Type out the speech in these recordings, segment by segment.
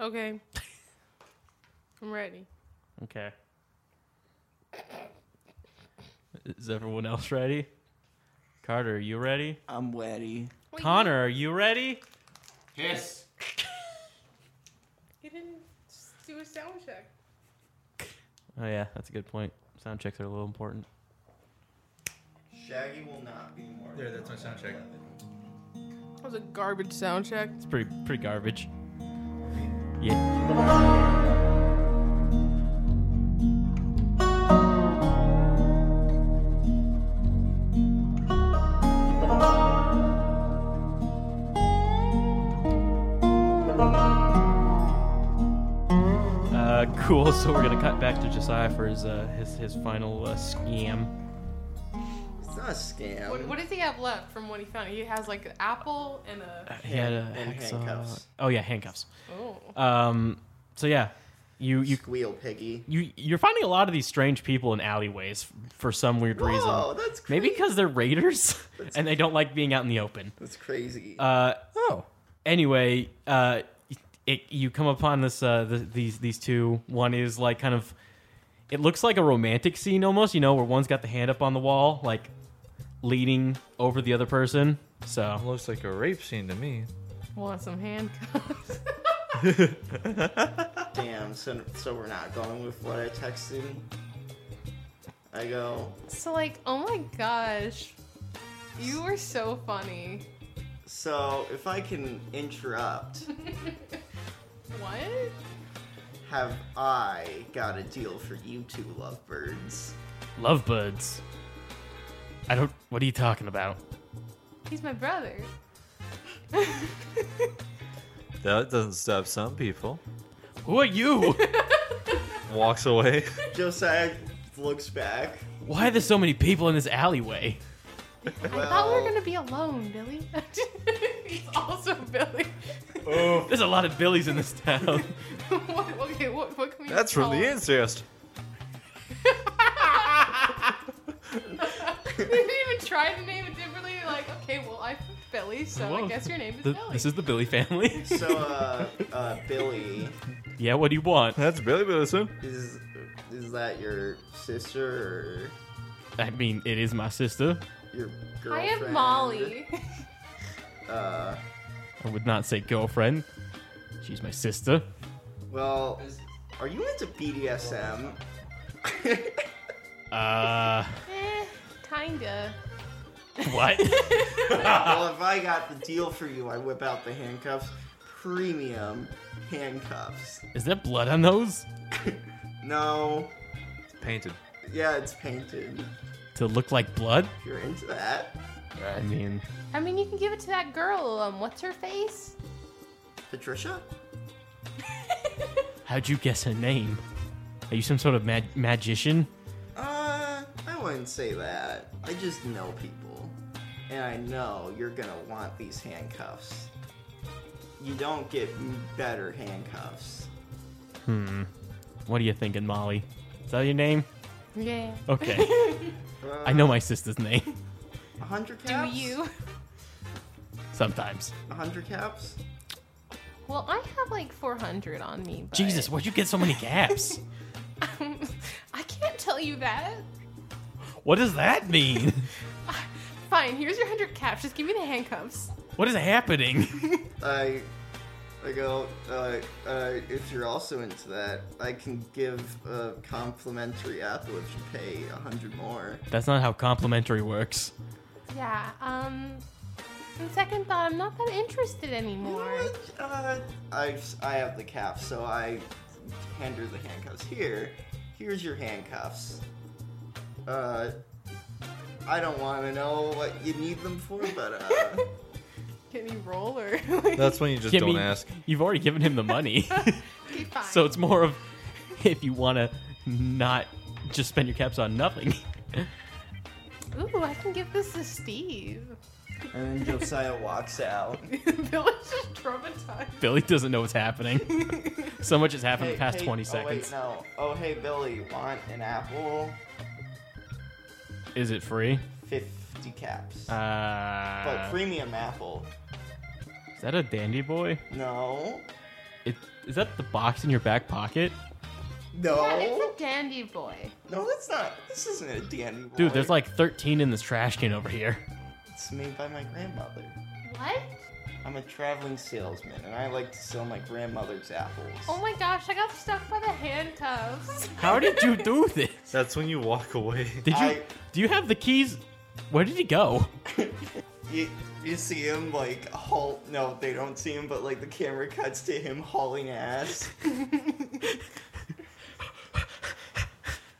Okay. I'm ready. Okay. Is everyone else ready? Carter, are you ready? I'm ready. Connor, are you ready? Yes. You didn't s- do a sound check. Oh yeah, that's a good point. Sound checks are a little important. Shaggy will not be more. There, that's my sound check. That was a garbage sound check. It's pretty pretty garbage. Yeah. Uh, cool. So we're gonna cut back to Josiah for his uh, his his final uh, scam. It's not a scam. What, what does he have left from what he found? He has like an apple and a. He had a And hacksaw- handcuffs. Oh yeah, handcuffs. Oh. Um. So yeah, you you Squeal piggy. you you're finding a lot of these strange people in alleyways f- for some weird Whoa, Oh, reason. that's crazy. Maybe because they're raiders and they don't like being out in the open. That's crazy. Uh, oh. anyway, uh, it, you come upon this uh, th these these two. One is like kind of, it looks like a romantic scene almost. You know, where one's got the hand up on the wall, like leaning over the other person. So Looks like a rape scene to me. Want some handcuffs? Damn, so, so we're not going with what I texted. I go, so, like, oh my gosh. You were so funny. so if I can interrupt, What? have I got a deal for you two lovebirds? lovebirds. I don't. What are you talking about? He's my brother. That doesn't stop some people. Who are you? Walks away. Josiah looks back. Why are there so many people in this alleyway? I thought we were gonna be alone, Billy. He's also Billy. There's a lot of Billies in this town. what, okay, what, what can we That's from call the him? incest. They didn't even try to name it differently. Like, okay, well, I'm Billy, so I Whoa. guess your name is Th- Billy. This is the Billy family. So, uh, uh, Billy, yeah, what do you want? That's Billy Billison. is is that your sister I mean, it is my sister. or your I girlfriend? am Molly. Uh, I would not say girlfriend. She's my sister. well, are you into BDSM? Uh, eh, kinda. what? well, if I got the deal for you, I whip out the handcuffs. Premium handcuffs. is there blood on those? No. Painted. Yeah, it's painted. To look like blood? If you're into that. I mean, I mean, you can give it to that girl. Um, what's her face? Patricia? how'd you guess her name? Are you some sort of mag- magician? Uh, I wouldn't say that. I just know people. And I know you're gonna want these handcuffs. You don't get better handcuffs. What are you thinking, Molly? Is that your name? Yeah. Okay. I know my sister's name. 100 Do caps? you? sometimes. 100 caps? Well, I have like 400 on me. But Jesus, where'd you get so many gaps? I can't tell you that. what does that mean? Fine, here's your 100 caps. Just give me the handcuffs. What is happening? I, I go, uh, uh, if you're also into that, I can give a complimentary apple if you pay 100 more. That's not how complimentary works. Yeah, um. On second thought, I'm not that interested anymore. Uh, I, I have the cap, so I hand her the handcuffs. Here, here's your handcuffs. Uh, I don't want to know what you need them for, but uh, Can you roll or? like, That's when you just Yeah, I don't mean, ask. You've already given him the money. okay, fine. so it's more of if you want to not just spend your caps on nothing. Ooh, I can give this to Steve. and then Josiah walks out. Billy's just traumatized. Billy doesn't know what's happening. so much has happened in Hey, the past hey, 20 oh, wait, seconds. no. Oh, hey, Billy, want an apple? Is it free? 50 caps. Uh, but premium apple. is that a dandy boy? No. It, is that the box in your back pocket? Yeah, it's No. a dandy boy. No, that's not. This isn't a dandy boy. Dude, there's like 13 in this trash can over here. It's made by my grandmother. What? I'm a traveling salesman, and I like to sell my grandmother's apples. Oh my gosh, I got stuck by the handcuffs. How did you do this? That's when you walk away. Did you? I- Do you have the keys? Where did he go? You, you see him like haul. No, they don't see him, but like the camera cuts to him hauling ass.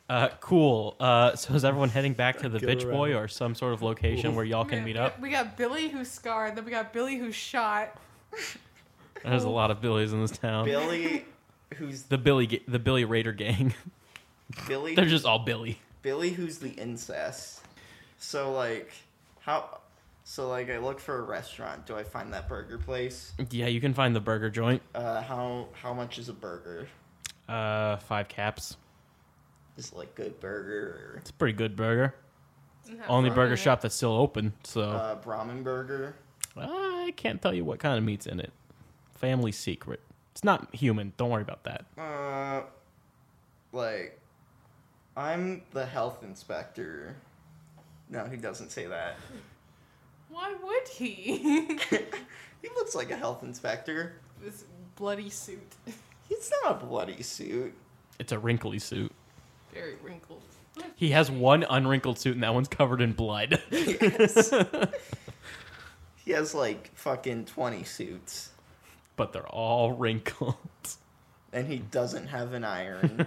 Uh, cool. Uh, so is everyone heading back to the Go bitch boy or some sort of location where y'all can meet up? We got Billy who's scarred, then we got Billy who's shot. There's a lot of Billies in this town. Billy, who's the Billy, ga- the Billy Raider gang. Billy? They're just all Billy. Billy, who's the incest. So like, how? So like, I look for a restaurant. Do I find that burger place? Yeah, you can find the burger joint. Uh, how how much is a burger? Uh, five caps. Is it like good burger It's a pretty good burger. Only burger shop that's still open. So or uh, Brahmin burger? I can't tell you what kind of meat's in it. Family secret. It's not human. Don't worry about that. Uh, like, I'm the health inspector. No, he doesn't say that. Why would he? He looks like a health inspector. this bloody suit. It's not a bloody suit. It's a wrinkly suit. Very wrinkled. He has one unwrinkled suit, and that one's covered in blood. He has like fucking 20 suits. but they're all wrinkled. And he doesn't have an iron.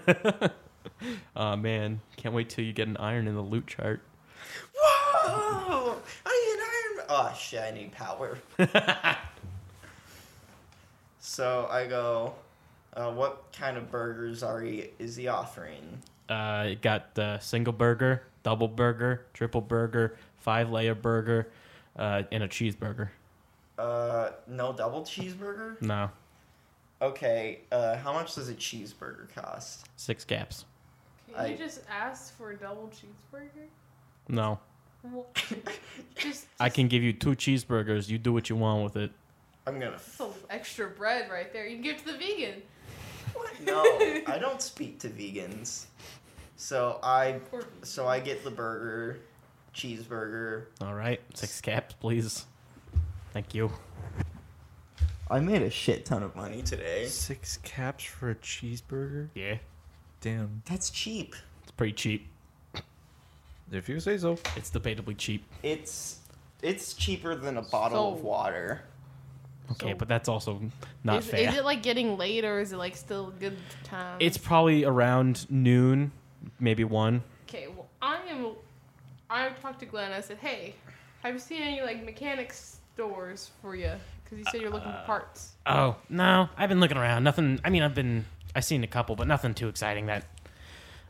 Oh man, can't wait till you get an iron in the loot chart. Whoa! I need an iron. Oh shit, I need power. so I go, uh, what kind of burgers are he, is he offering? Uh, it got uh, single burger, double burger, triple burger, five layer burger, uh, and a cheeseburger. Uh, no double cheeseburger? No, Okay, uh, how much does a cheeseburger cost? six caps. Can I- you just ask for a double cheeseburger? No, Well, just I can give you two cheeseburgers. You do what you want with it. I'm gonna. just some extra bread right there. You can give it to the vegan. No, I don't speak to vegans. So I, Or vegan. so I get the burger, cheeseburger. All right, six caps, please. Thank you. I made a shit ton of money today. Six caps for a cheeseburger? Yeah, Damn. That's cheap. it's pretty cheap. If you say so. It's debatably cheap. It's, it's cheaper than a bottle of So- water. Okay, So- but that's also not is, fair. is it like getting late or is it like still good time? it's probably around noon, maybe one. Okay, well, I am. I talked to Glenn. I said, "Hey, have you seen any like mechanics stores for you? Because you said you're looking for parts." Oh no, I've been looking around. Nothing. I mean, I've been I've seen a couple, but nothing too exciting that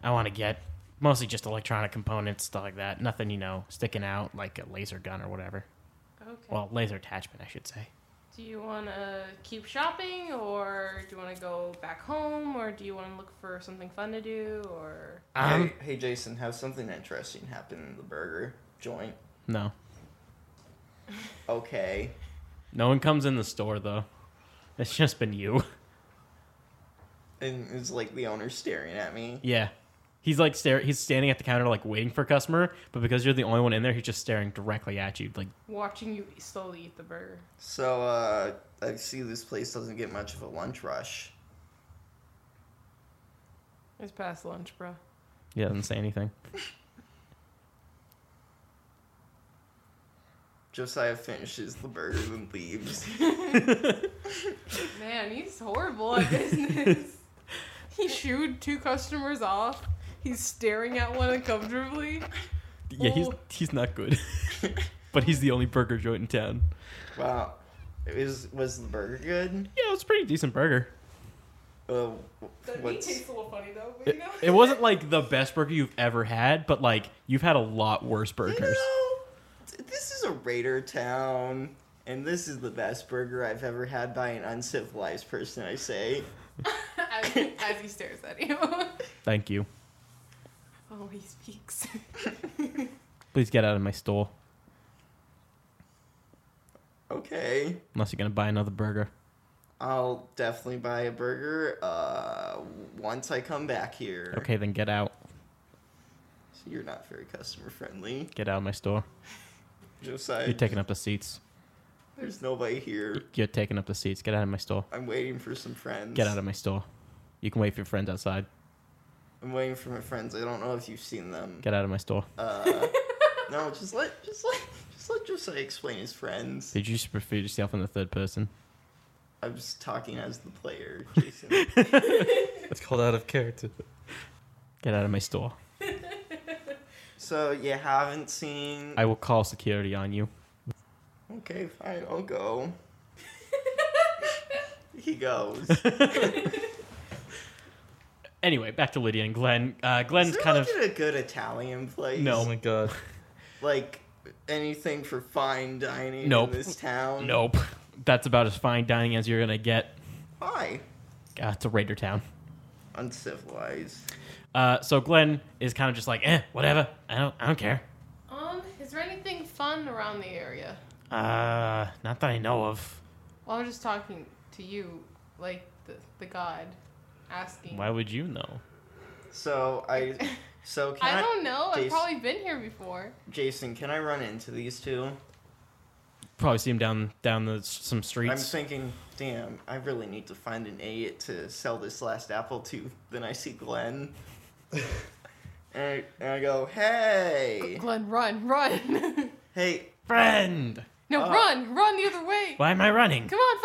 I want to get. Mostly just electronic components, stuff like that. Nothing, you know, sticking out like a laser gun or whatever. Okay. Well, laser attachment, I should say. do you want to keep shopping, or do you want to go back home, or do you want to look for something fun to do, or Um, hey, hey, Jason, has something interesting happened in the burger joint? no. Okay. No one comes in the store though. It's just been you. And it's like the owner staring at me. Yeah. He's like stare. He's standing at the counter, like waiting for a customer. But because you're the only one in there, he's just staring directly at you. Like, Watching you slowly eat the burger. So uh, I see this place doesn't get much of a lunch rush. It's past lunch, bro. he doesn't say anything. Josiah finishes the burger and leaves. Man, he's horrible at business. he shooed two customers off. He's staring at one uncomfortably. Yeah, he's Oh. he's not good. but he's the only burger joint in town. wow. Is was the burger good? Yeah, it's a pretty decent burger. Uh, That meat what's tastes a little funny though, but It, you know. it wasn't like the best burger you've ever had, but like you've had a lot worse you burgers. know, th- this is a raider town, and this is the best burger I've ever had by an uncivilized person. I say. as, as he stares at you. Thank you. oh, he speaks. Please get out of my store Okay, unless you're gonna buy another burger. I'll definitely buy a burger. Uh, once I come back here. Okay, then get out. So you're not very customer friendly, Get out of my store. Josiah. You're taking up the seats. There's nobody here. You're taking up the seats. Get out of my store. I'm waiting for some friends. Get out of my store. You can wait for your friends outside. I'm waiting for my friends. I don't know if you've seen them. Get out of my store. No, just let just let just let Josiah explain his friends. Did you just refer yourself in the third person? I was talking as the player, Jason. That's called out of character. Get out of my store. so you haven't seen I will call security on you. Okay, fine, I'll go. he goes. Anyway, back to Lydia and Glenn. Uh, Glenn's Is kind of there, like, a good Italian place. Oh my god. Like anything for fine dining Nope. in this town. nope. That's about as fine dining as you're gonna get. Why? Uh, it's a Raider town. Uncivilized. Uh, so Glenn is kind of just like, eh, whatever. I don't, I don't care. um, is there anything fun around the area? Uh, not that I know of. Well, I'm just talking to you, like the, the god, asking. Why would you know? So I so can I, I don't know. I've Jason- probably been here before. Jason, can I run into these two? Probably see him down down the some streets. I'm thinking, damn, I really need to find an idiot to sell this last apple to. Then I see Glenn. and, I, and I go, hey, Glenn, run, run. hey, Friend, no, run, run the other way. why am I running? Come on,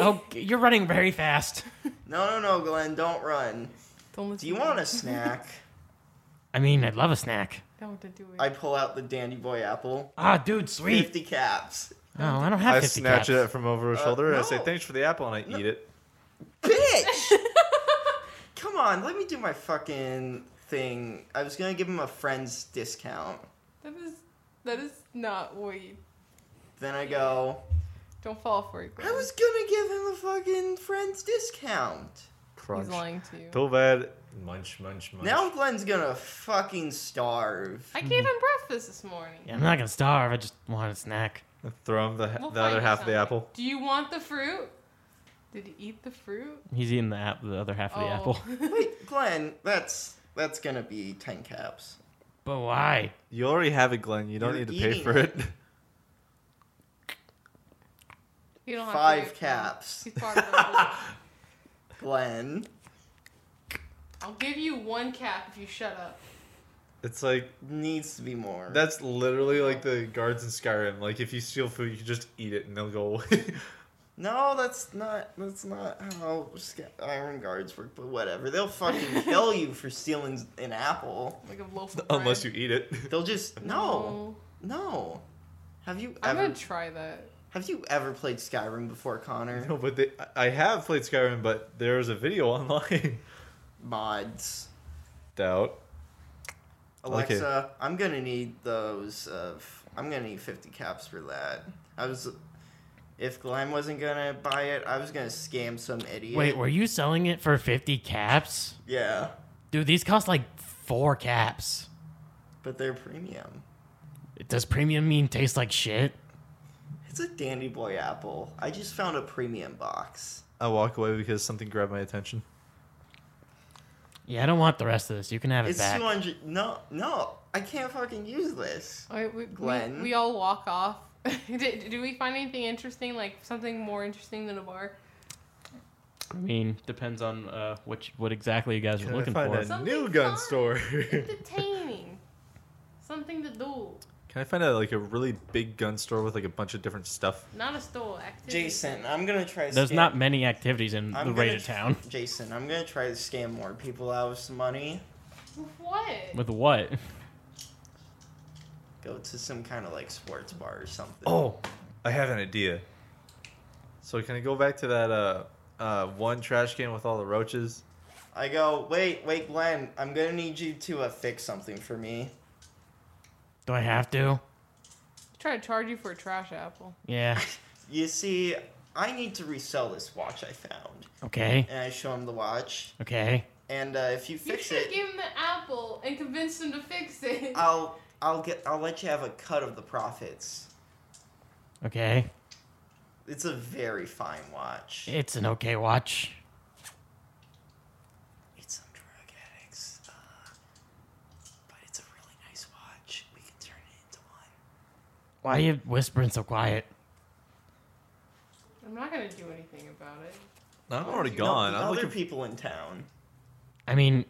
follow me. Oh, you're running very fast. no, no, no, Glenn, don't run. Don't listen Do you to want him. a snack? I mean, I'd love a snack. Don't want to do it. I pull out the Dandy Boy apple. Ah, dude, sweet. 50 caps. Oh, I don't have I 50 snatch caps. it from over her shoulder and I say, no. thanks for the apple, and I eat it. Bitch! Come on, let me do my fucking thing. I was gonna give him a friend's discount. that is that is not what you. Then I go, Don't fall for it. Glenn. I was gonna give him a fucking friend's discount. Crunch. He's lying to you. Too bad. Munch, munch, munch. Now Glenn's gonna fucking starve. I gave him breakfast this morning. Yeah, I'm not gonna starve. I just want a snack. Throw him the, We'll the other find you half of the something. apple. Do you want the fruit? Did he eat the fruit? Oh. He's eating the, app, the other half of the apple. Wait, Glenn, that's that's gonna be ten caps. But why? You already have it, Glenn. You don't You're need to pay eating for it. You don't have to Five wait for him. caps. He's part of the- Glenn, I'll give you one cap if you shut up. It's like needs to be more. that's literally like the guards in Skyrim. Like if you steal food, you can just eat it and they'll go away. no, that's not that's not how sca- iron guards work. But whatever, they'll fucking kill you for stealing an apple. Like a loaf of bread. Oh. Unless you eat it. They'll just no, No. no. Have you I'm ever gonna try that. have you ever played Skyrim before, Connor? No, but they, I I have played Skyrim, but there was a video online. Mods. Doubt. Okay. Alexa, I'm gonna need those. Uh, f- I'm gonna need 50 caps for that. I was, if Glenn wasn't gonna buy it, I was gonna scam some idiot. Wait, were you selling it for 50 caps? Yeah, Dude, these cost like four caps. but they're premium. Does premium mean taste like shit? It's a dandy boy apple. I just found a premium box. I walk away because something grabbed my attention. Yeah, I don't want the rest of this. You can have it It's back. two hundred. No, no, I can't fucking use this. All right, we, we- Glenn. We, all walk off. Did, do we find anything interesting? Like something more interesting than a bar? I mean, depends on uh, what you- what exactly you guys are Can I looking find for. a- Something new gun fun, store. entertaining. Something to do. Can I find out like a really big gun store with like a bunch of different stuff? Not a store. Activity. Jason, I'm gonna try. To There's scam- not many activities in I'm the gonna rated tr- town. Jason, I'm gonna try to scam more people out of some money. With what? With what? Go to some kind of like sports bar or something. Oh, I have an idea. So can I go back to that uh, uh, one trash can with all the roaches? I go, wait, wait, Glenn, I'm gonna need you to uh, fix something for me. Do I have to? Try to charge you for a trash apple. Yeah. You see, I need to resell this watch I found, Okay. and I show him the watch, Okay. and uh, if you fix you should it, give him the apple and convince him to fix it. I'll I'll get I'll let you have a cut of the profits. Okay. It's a very fine watch. It's an okay watch. It's some drug addicts, uh, but it's a really nice watch. We can turn it into one. Why are you whispering so quiet? I'm not gonna do anything about it. No, I'm already No, gone. the I'm other looking. people in town. I mean,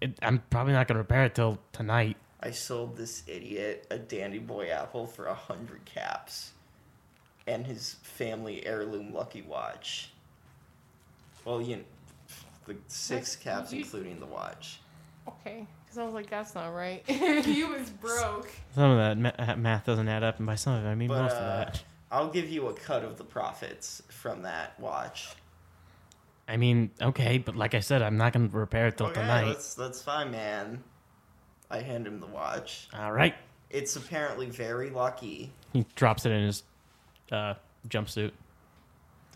it, I'm probably not gonna repair it till tonight. I sold this idiot a Dandy Boy apple for a hundred caps, and his family heirloom lucky watch. Well, you, the six caps including the watch. Okay, because I was like, that's not right. you was broke. Some of that ma- uh, math doesn't add up, and by some of it, I mean But most of uh, that. I'll give you a cut of the profits from that watch. I mean, okay, but like I said, I'm not gonna repair it till tonight. that's that's fine, man. I hand him the watch. All right. It's apparently very lucky. He drops it in his uh, jumpsuit.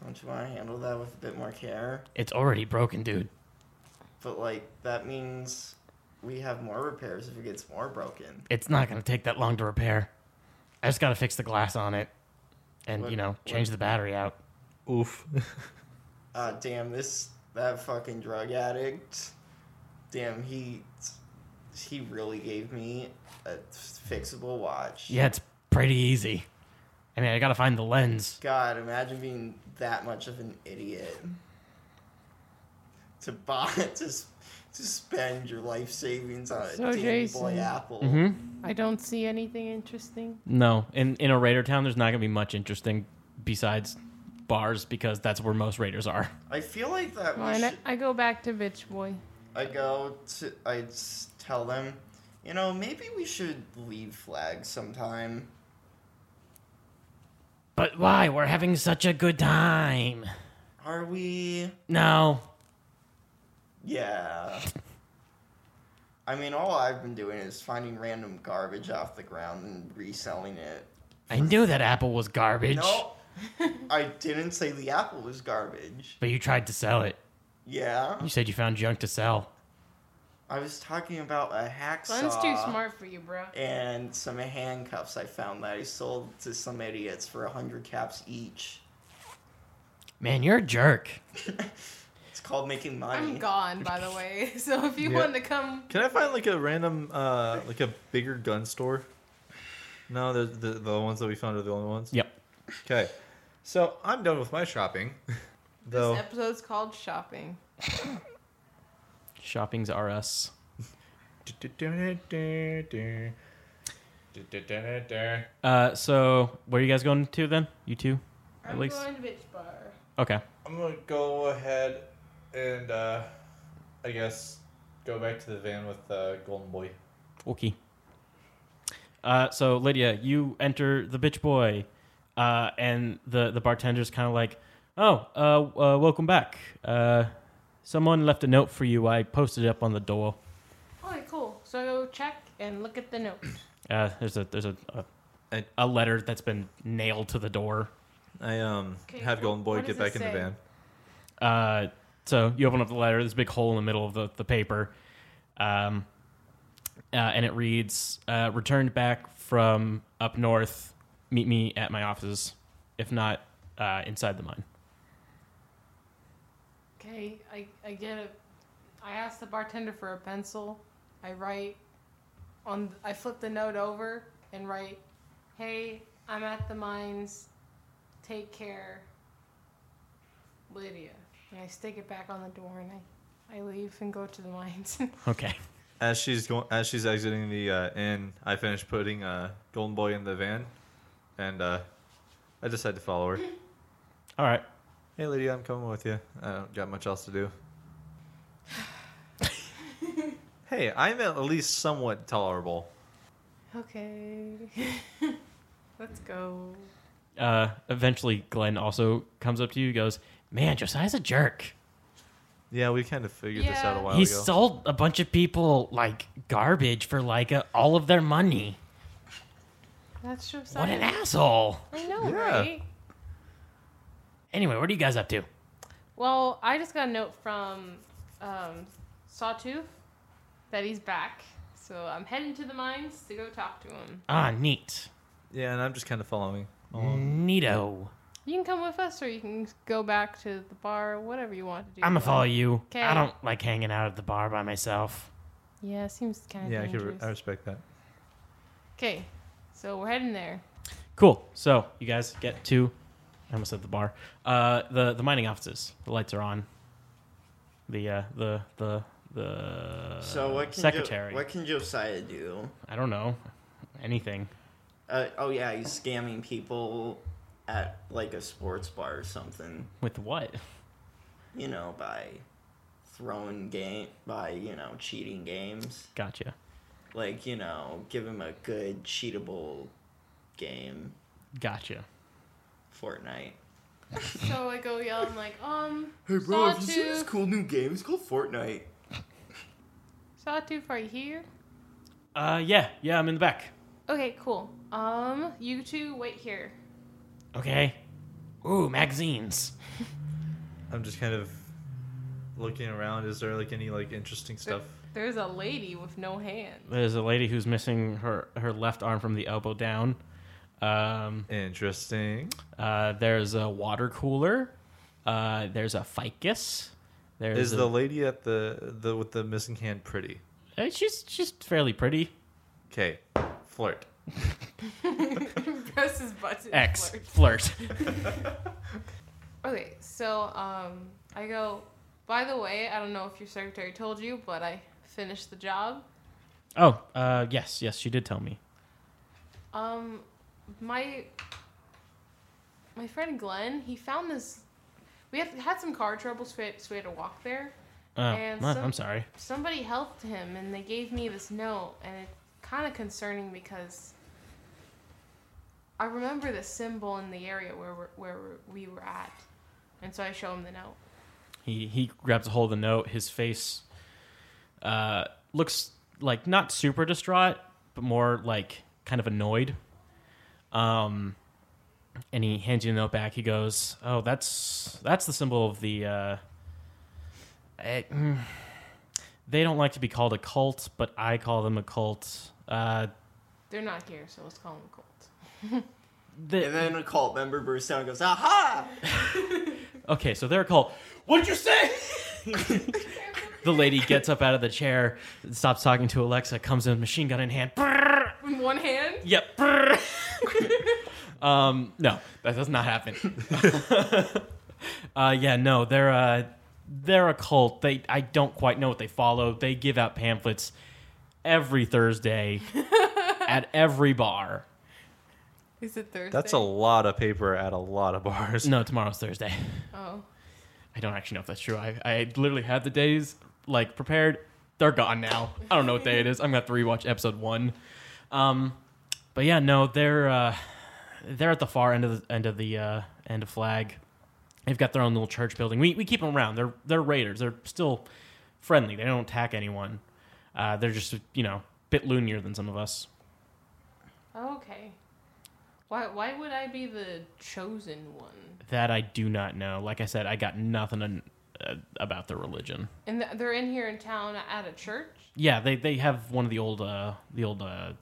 Don't you want to handle that with a bit more care? It's already broken, dude. But like that means we have more repairs if it gets more broken. It's not gonna take that long to repair. I just gotta fix the glass on it, and What- you know, change the battery out. Oof. Ah, damn this that fucking drug addict. Damn, he he really gave me a fixable watch. Yeah, it's pretty easy. I mean, I gotta find the lens. God, imagine being that much of an idiot to buy to s- to spend your life savings on a So, Dandy boy Jason- apple. I don't see anything interesting. No, in in a raider town, there's not gonna be much interesting besides bars because that's where most raiders are. I feel like that. We Fine, I, should, I go back to bitch boy. I go to I s- tell them, you know, maybe we should leave flag sometime. But why? We're having such a good time. Are we? No, Yeah. I mean, all I've been doing is finding random garbage off the ground and reselling it. I knew that apple was garbage, No, I didn't say the apple was garbage. but you tried to sell it. Yeah. You said you found junk to sell. I was talking about a hacksaw. Glenn's too smart for you, bro. And some handcuffs I found that I sold to some idiots for a hundred caps each. Man, you're a jerk. It's called making money. I'm gone, by the way. So if you Yeah. want to come, Can I find like a random, uh, like a bigger gun store? No, the, the the ones that we found are the only ones. Yep. Okay, so I'm done with my shopping. Though this episode's called shopping. Shopping's R Us. Uh, so where are you guys going to then? You two, at I'm least. going to bitch bar. Okay. I'm gonna go ahead and uh, I guess go back to the van with uh, Golden Boy. Okay. Uh, so Lydia, you enter the bitch boy, uh, and the the bartender's kind of like, "Oh, uh, uh, welcome back. Uh, someone left a note for you. I posted it up on the door. Okay, cool. So I go check and look at the note. Uh, there's a there's a, a And- a letter that's been nailed to the door. I um Okay, have wh- Golden Boy what get does back it in the say? van. Uh, so you open up the letter. There's a big hole in the middle of the, the paper. Um, uh, and it reads uh, Returned back from up north. Meet me at my offices. if not uh, inside the mine. Okay, I, I get it. I asked the bartender for a pencil. I write on. I flip the note over and write, "Hey, I'm at the mines. Take care, Lydia." And I stick it back on the door and I, I leave and go to the mines. Okay. As she's going, as she's exiting the uh, inn, I finish putting uh, Golden Boy in the van, and uh, I decide to follow her. All right. hey, lady, I'm coming with you. I don't got much else to do. hey, I'm at least somewhat tolerable. okay, let's go. Uh, eventually, Glenn also comes up to you. Goes, man, Josiah's a jerk. Yeah, we kind of figured this out a Yeah. while He ago. sold a bunch of people like garbage for like uh all of their money. That's just What an asshole. I know, Yeah. right? Anyway, what are you guys up to? Well, I just got a note from um, Sawtooth that he's back. So I'm heading to the mines to go talk to him. Ah, neat. yeah, and I'm just kind of following. Neato. You can come with us or you can go back to the bar, whatever you want to do. I'm gonna follow you. Okay. I don't like hanging out at the bar by myself. Yeah, seems kind of Yeah, I, could re- dangerous. I respect that. Okay, so we're heading there. Cool. So you guys get to, I almost said the bar, uh, the the mining offices. The lights are on. The uh, the the the So what can Jo- Uh, secretary. what can Josiah do? I don't know anything. Uh, oh yeah, he's scamming people at like a sports bar or something. With what? You know, by throwing game, by you know cheating games. Gotcha. Like you know, give him a good cheatable game, Gotcha. Fortnite. So I go yell, I'm like, um, Hey bro, have you seen this Sawtooth, cool new game? It's called Fortnite. Sawtooth, are you here? Uh, yeah, yeah. I'm in the back. Okay, cool. Um, you two wait here. Okay. Ooh, magazines. I'm just kind of looking around. Is there like any like interesting stuff? There's a lady with no hands. There's a lady who's missing her her left arm from the elbow down. Um, Interesting. uh, there's a water cooler. Uh, there's a ficus. There's Is a- the lady at the the with the missing hand pretty? Uh, she's she's fairly pretty. Okay, flirt. Press his button. X Flirt. flirt. Okay, so um, I go. By the way, I don't know if your secretary told you, but I finished the job. oh, uh, yes, yes, she did tell me. Um, my my friend Glenn, he found this. We had had some car troubles, so we had, so we had to walk there. Oh, And well, some- I'm sorry. Somebody helped him, and they gave me this note, and it's kind of concerning because I remember the symbol in the area where we're, where we were at, and so I show him the note. He he grabs a hold of the note. His face uh, looks like not super distraught, but more like kind of annoyed. Um, and he hands you the note back. He goes, "Oh, that's that's the symbol of the." Uh, eh, mm, they don't like to be called a cult, but I call them a cult. Uh, They're not here, so let's call him a cult. the- And then a cult member bursts out and goes, "Aha!" Okay, so they're called. What'd you say? the lady gets up out of the chair, stops talking to Alexa, comes in, machine gun in hand. Brrr. In one hand? Yep. brrr. um, no, that does not happen. uh, yeah, no, they're uh, they're a cult. They I don't quite know what they follow. They give out pamphlets every Thursday at every bar. Is it Thursday? That's a lot of paper at a lot of bars. No, tomorrow's Thursday. Oh. I don't actually know if that's true. I, I literally had the days like prepared. They're gone now. I don't know what day it is. I'm gonna have to rewatch episode one. Um, but yeah, no, they're uh, they're at the far end of the end of the uh, end of flag. They've got their own little church building. We, we keep them around. They're they're raiders. They're still friendly. They don't attack anyone. Uh, they're just you know a bit loonier than some of us. Oh, Okay. Why why would I be the chosen one? That I do not know. Like I said, I got nothing uh, about their religion. And th- they're in here in town at a church? Yeah, they they have one of the old uh the old uh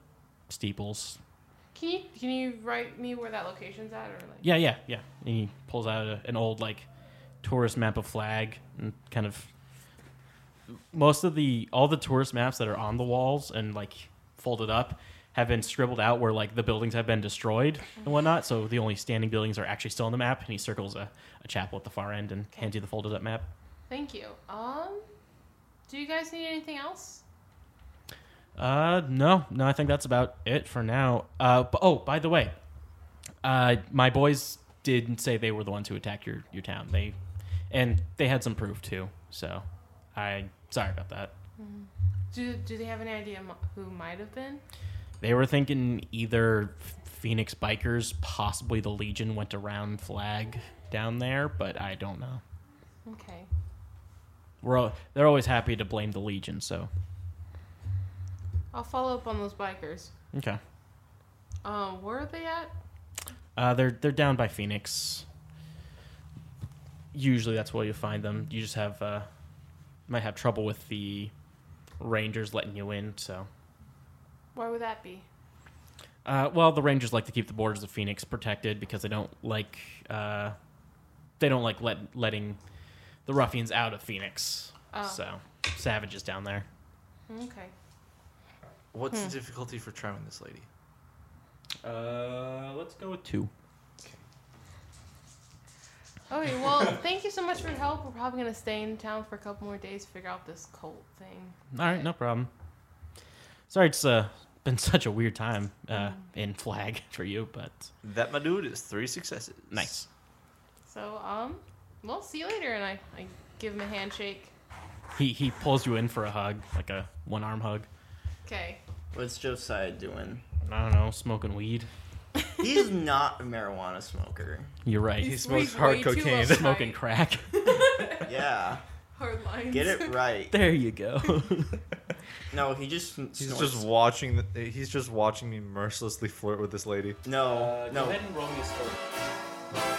steeples. Can you can you write me where that location's at, or like? Yeah, yeah, yeah. And he pulls out a, an old like tourist map of flag and kind of most of the all the tourist maps that are on the walls and like folded up have been scribbled out where like the buildings have been destroyed and whatnot. So the only standing buildings are actually still on the map. And he circles a, a chapel at the far end and hands you the folded up map. Thank you. Um, do you guys need anything else? Uh, no, no, I think that's about it for now. Uh, but, oh, by the way, uh, my boys did say they were the ones who attacked your your town. They, and they had some proof too. So, I sorry about that. Do Do they have any idea m- who might have been? They were thinking either Phoenix bikers, possibly the Legion went around flag down there, but I don't know. Okay. We're all, they're always happy to blame the Legion. So, I'll follow up on those bikers. okay, Um, where are they at? uh, they're they're down by Phoenix. Usually, that's where you find them. You just have uh, might have trouble with the Rangers letting you in. So, Why would that be? Uh, well, the Rangers like to keep the borders of Phoenix protected because they don't like uh, they don't like let, letting the ruffians out of Phoenix. Oh. So savages down there. Okay. What's Hmm. the difficulty for charming this lady? Uh, let's go with two. Okay. Well, thank you so much for your help. We're probably gonna stay in town for a couple more days to figure out this cult thing. All right, no problem. Sorry, it's uh, been such a weird time uh, in Flag for you, but That, my dude, is three successes. nice. So, um, we'll see you later. And I, I give him a handshake. He he pulls you in for a hug, like a one arm hug. Okay. What's Josiah doing? I don't know, smoking weed. He's not a marijuana smoker. You're right. He He's smokes way- hard way too cocaine. uptight. smoking crack. Yeah, Hard lines. get it right. there you go. No, he just sn- He's snorts. just watching. The, he's just watching me mercilessly flirt with this lady. no, no. and roll me a story.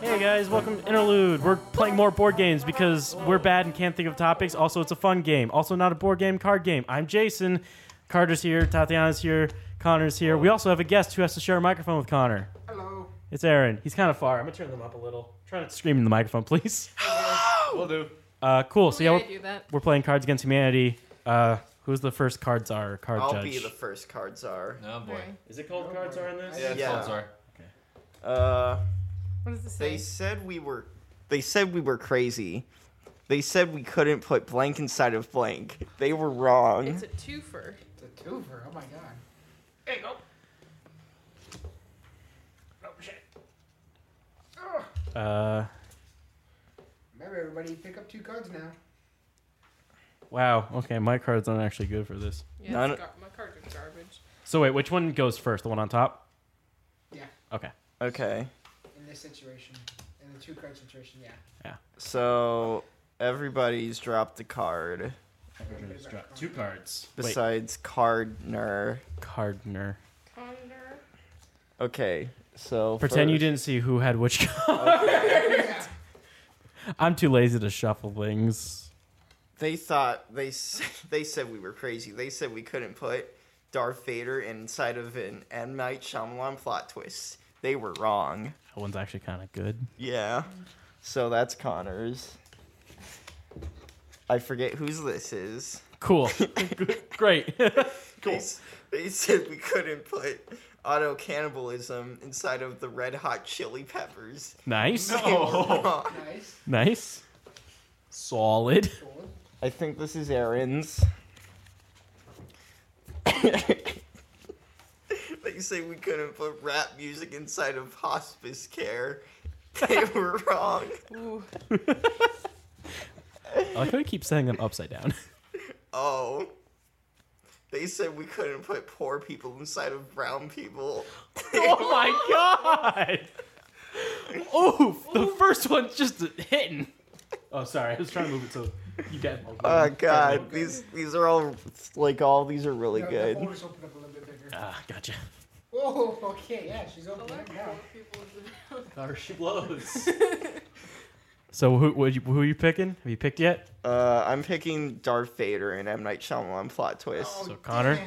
Hey guys, welcome to Interlude. We're playing more board games because we're bad and can't think of topics. Also, it's a fun game. Also, not a board game, card game. I'm Jason. Carter's here, Tatiana's here, Connor's here. We also have a guest who has to share a microphone with Connor. Hello. It's Aaron. He's kind of far. I'm gonna turn them up a little. Try not to scream in the microphone, please. Will do. Uh, cool. So Yeah, yeah, I we're, do that. we're playing Cards Against Humanity. Uh, who's the first cards are card I'll judge? be the first card czar. Oh boy. Okay. Is it called cards are in this? Yeah, it's Yeah. all czar. Uh, What does this they say? said we were. They said we were crazy. They said we couldn't put blank inside of blank. They were wrong. It's a twofer. It's a twofer. Oh my god. There you go. Uh, Remember, everybody, pick up two cards now. wow. Okay, my cards aren't actually good for this. Yeah, None- it's gar- my cards are garbage. So wait, which one goes first? The one on top? Yeah, Okay. Okay, in this situation, in the two card situation, yeah. so everybody's dropped a card Everybody's dropped two cards. Wait, besides Cardner. Cardner. Condor. Okay, so Pretend you first- didn't see who had which card. I'm too lazy to shuffle things. They thought they s- they said we were crazy. They said we couldn't put Darth Vader inside of an M Night Shyamalan plot twist. They were wrong. That one's actually kind of good. Yeah. So that's Connor's. I forget whose this is. Cool. Great. Cool. They, s- they said we couldn't put auto cannibalism inside of the Red Hot Chili Peppers. nice. They were wrong. Nice. Nice. Solid. Cool. I think this is Aaron's. they say we couldn't put rap music inside of hospice care. They were wrong. I like how we keep setting them upside down. Oh. They said we couldn't put poor people inside of brown people. oh my god! Oh, the first one's just hitting. Oh, sorry, I was trying to move it so you got. Oh god, these these are all like all these are really No, The good. folders open up a little bit bigger. Ah, gotcha. Oh, okay, yeah, she's opening Well, it now. people Or she blows. So who would you, who are you picking? Have you picked yet? Uh, I'm picking Darth Vader and M Night Shyamalan plot twist. Oh. So Connor? Damn.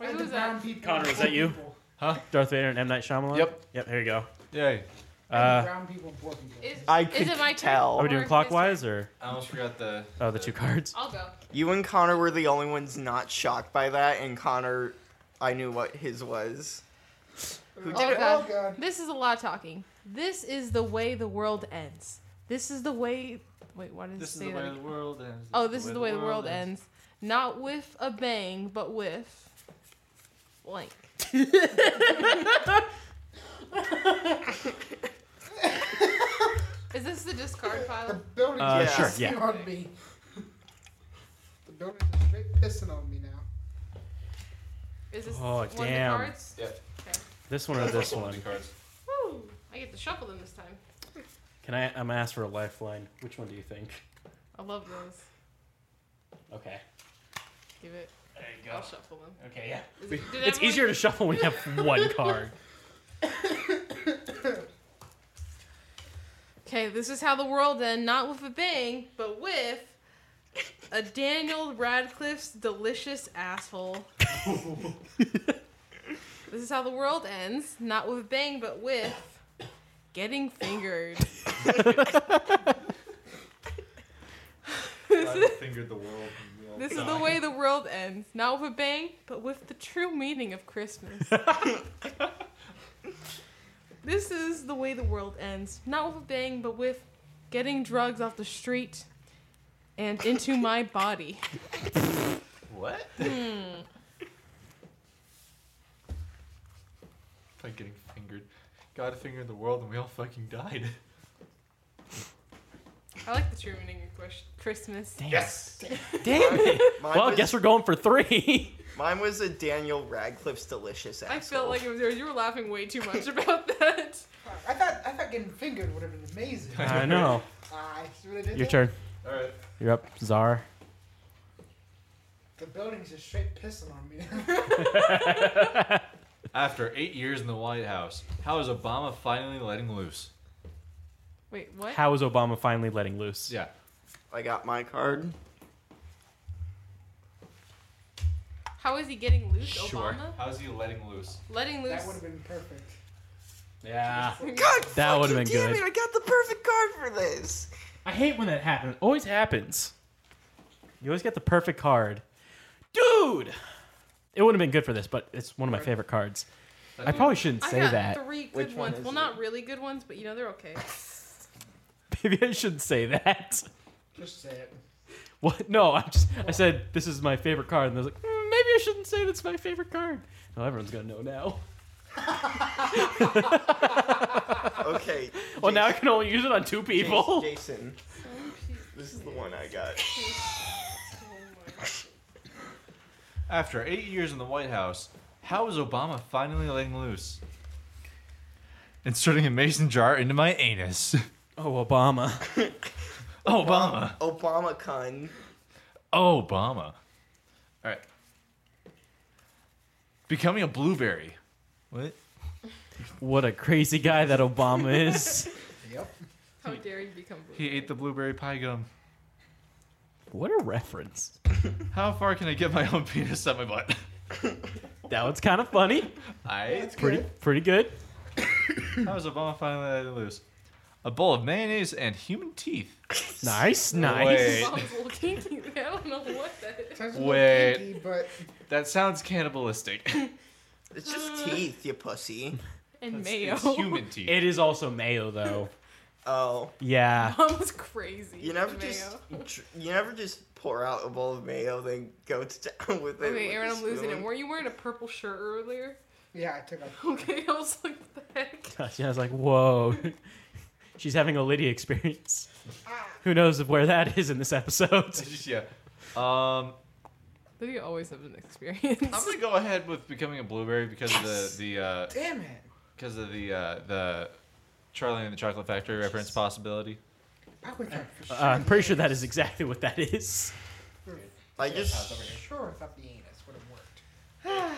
Wait, Had who the was brown that? people Connor, and is that poor you? people. Huh? Darth Vader and M Night Shyamalan. Yep. Yep. There you go. Yay. Had the Uh, brown people and poor people. Is, I is it could my tell. are Turn? we Or doing his clockwise turn? or I almost forgot the. oh the two cards? I'll go. You and Connor were the only ones not shocked by that, and Connor, I knew what his was. Who did Oh it? god. Oh, God. This is a lot of talking. This is the way the world ends. This is the way. Wait, why did it This is say the that? way the again? world ends. Oh, this is the way the world ends. Not with a bang, but with blank. is this the discard The pile? building's Uh, Yeah. Sure. pissing Yeah. on me. The building's is straight pissing on me now. Is this Oh, one damn. of the cards? Yeah. This one or this one? Cards. Woo! I get to shuffle them this time. Can I? I'm asked for a lifeline. Which one do you think? I love those. Okay. Give it. There you I'll shuffle them. Okay. Yeah. Is it- did It's everyone- easier to shuffle when you have one card. Okay, this is how the world ends, not with a bang, but with a Daniel Radcliffe's delicious asshole. this is how the world ends, not with a bang, but with getting fingered. I fingered the world. and we all This is the died. way the world ends, not with a bang, but with the true meaning of Christmas. this is the way the world ends, not with a bang, but with getting drugs off the street and into my body. What? Like getting fingered. God fingered the world and we all fucking died. I like the true meaning of Chris- Christmas. Yes. Damn it. Mine Well, I was, guess we're going for three. mine was a Daniel Radcliffe's delicious I asshole. felt like it was yours. You were laughing way too much about that. I thought I thought getting fingered would have been amazing. I know. I see what I did Your there? turn. All right. You're up, Czar. The building's just straight pissing on me. After eight years in the White House, how is Obama finally letting loose? Wait, what? How is Obama finally letting loose? Yeah. I got my card. How is he getting loose, Obama? How is he letting loose? Letting loose. that would have been perfect. Yeah. God, That would've fucking been damn good. It, I got the perfect card for this. I hate when that happens. Always happens. You always get the perfect card. Dude! It would have been good for this, but it's one of my favorite cards. I probably shouldn't I say got that. three good Which one ones. is Well, it? not really good ones, but you know they're okay. Maybe I shouldn't say that. Just say it. What? No, I just I said this is my favorite card, and I was like, "Mm, maybe I shouldn't say that's my favorite card. No, everyone's gonna know now. Okay. Well, Oh, now I can only use it on two people. Jason, this is the one I got. After eight years in the White House, how is Obama finally letting loose? Inserting a mason jar into my anus. Oh, Obama. Obama. Obama con. Oh, Obama. All right. Becoming a blueberry. What? What a crazy guy that Obama is. Yep. How dare you become blue? He ate the blueberry pie gum. what a reference. How far can I get my own penis up my butt? That was kind of funny. I. Pretty, pretty good. How is Obama finally letting loose? A bowl of mayonnaise and human teeth. Nice, nice. Wait. Mom's little kinky. I don't know what that is. Sounds a little Wait. kinky, but That sounds cannibalistic. It's Uh. just teeth, you pussy. And mayo. It's human teeth. It is also mayo, though. Oh, Yeah. Mom's crazy. you never Mayo. just dr- you never just pour out a bowl of mayo, then go to town with it. Okay, with Aaron, a I'm losing spoon. it. Were you wearing a purple shirt earlier? yeah, I took a Okay, I was like, what the heck? She was like, whoa. She's having a Lydia experience. Who knows where that is in this episode? yeah. Um, Lydia always has an experience. I'm gonna go ahead with becoming a blueberry because of the the uh, damn it. because of the uh, the Charlie and the Chocolate Factory reference possibility. I would have for sure. Uh, I'm pretty sure that is exactly what that is. I just sure thought the anus would have worked.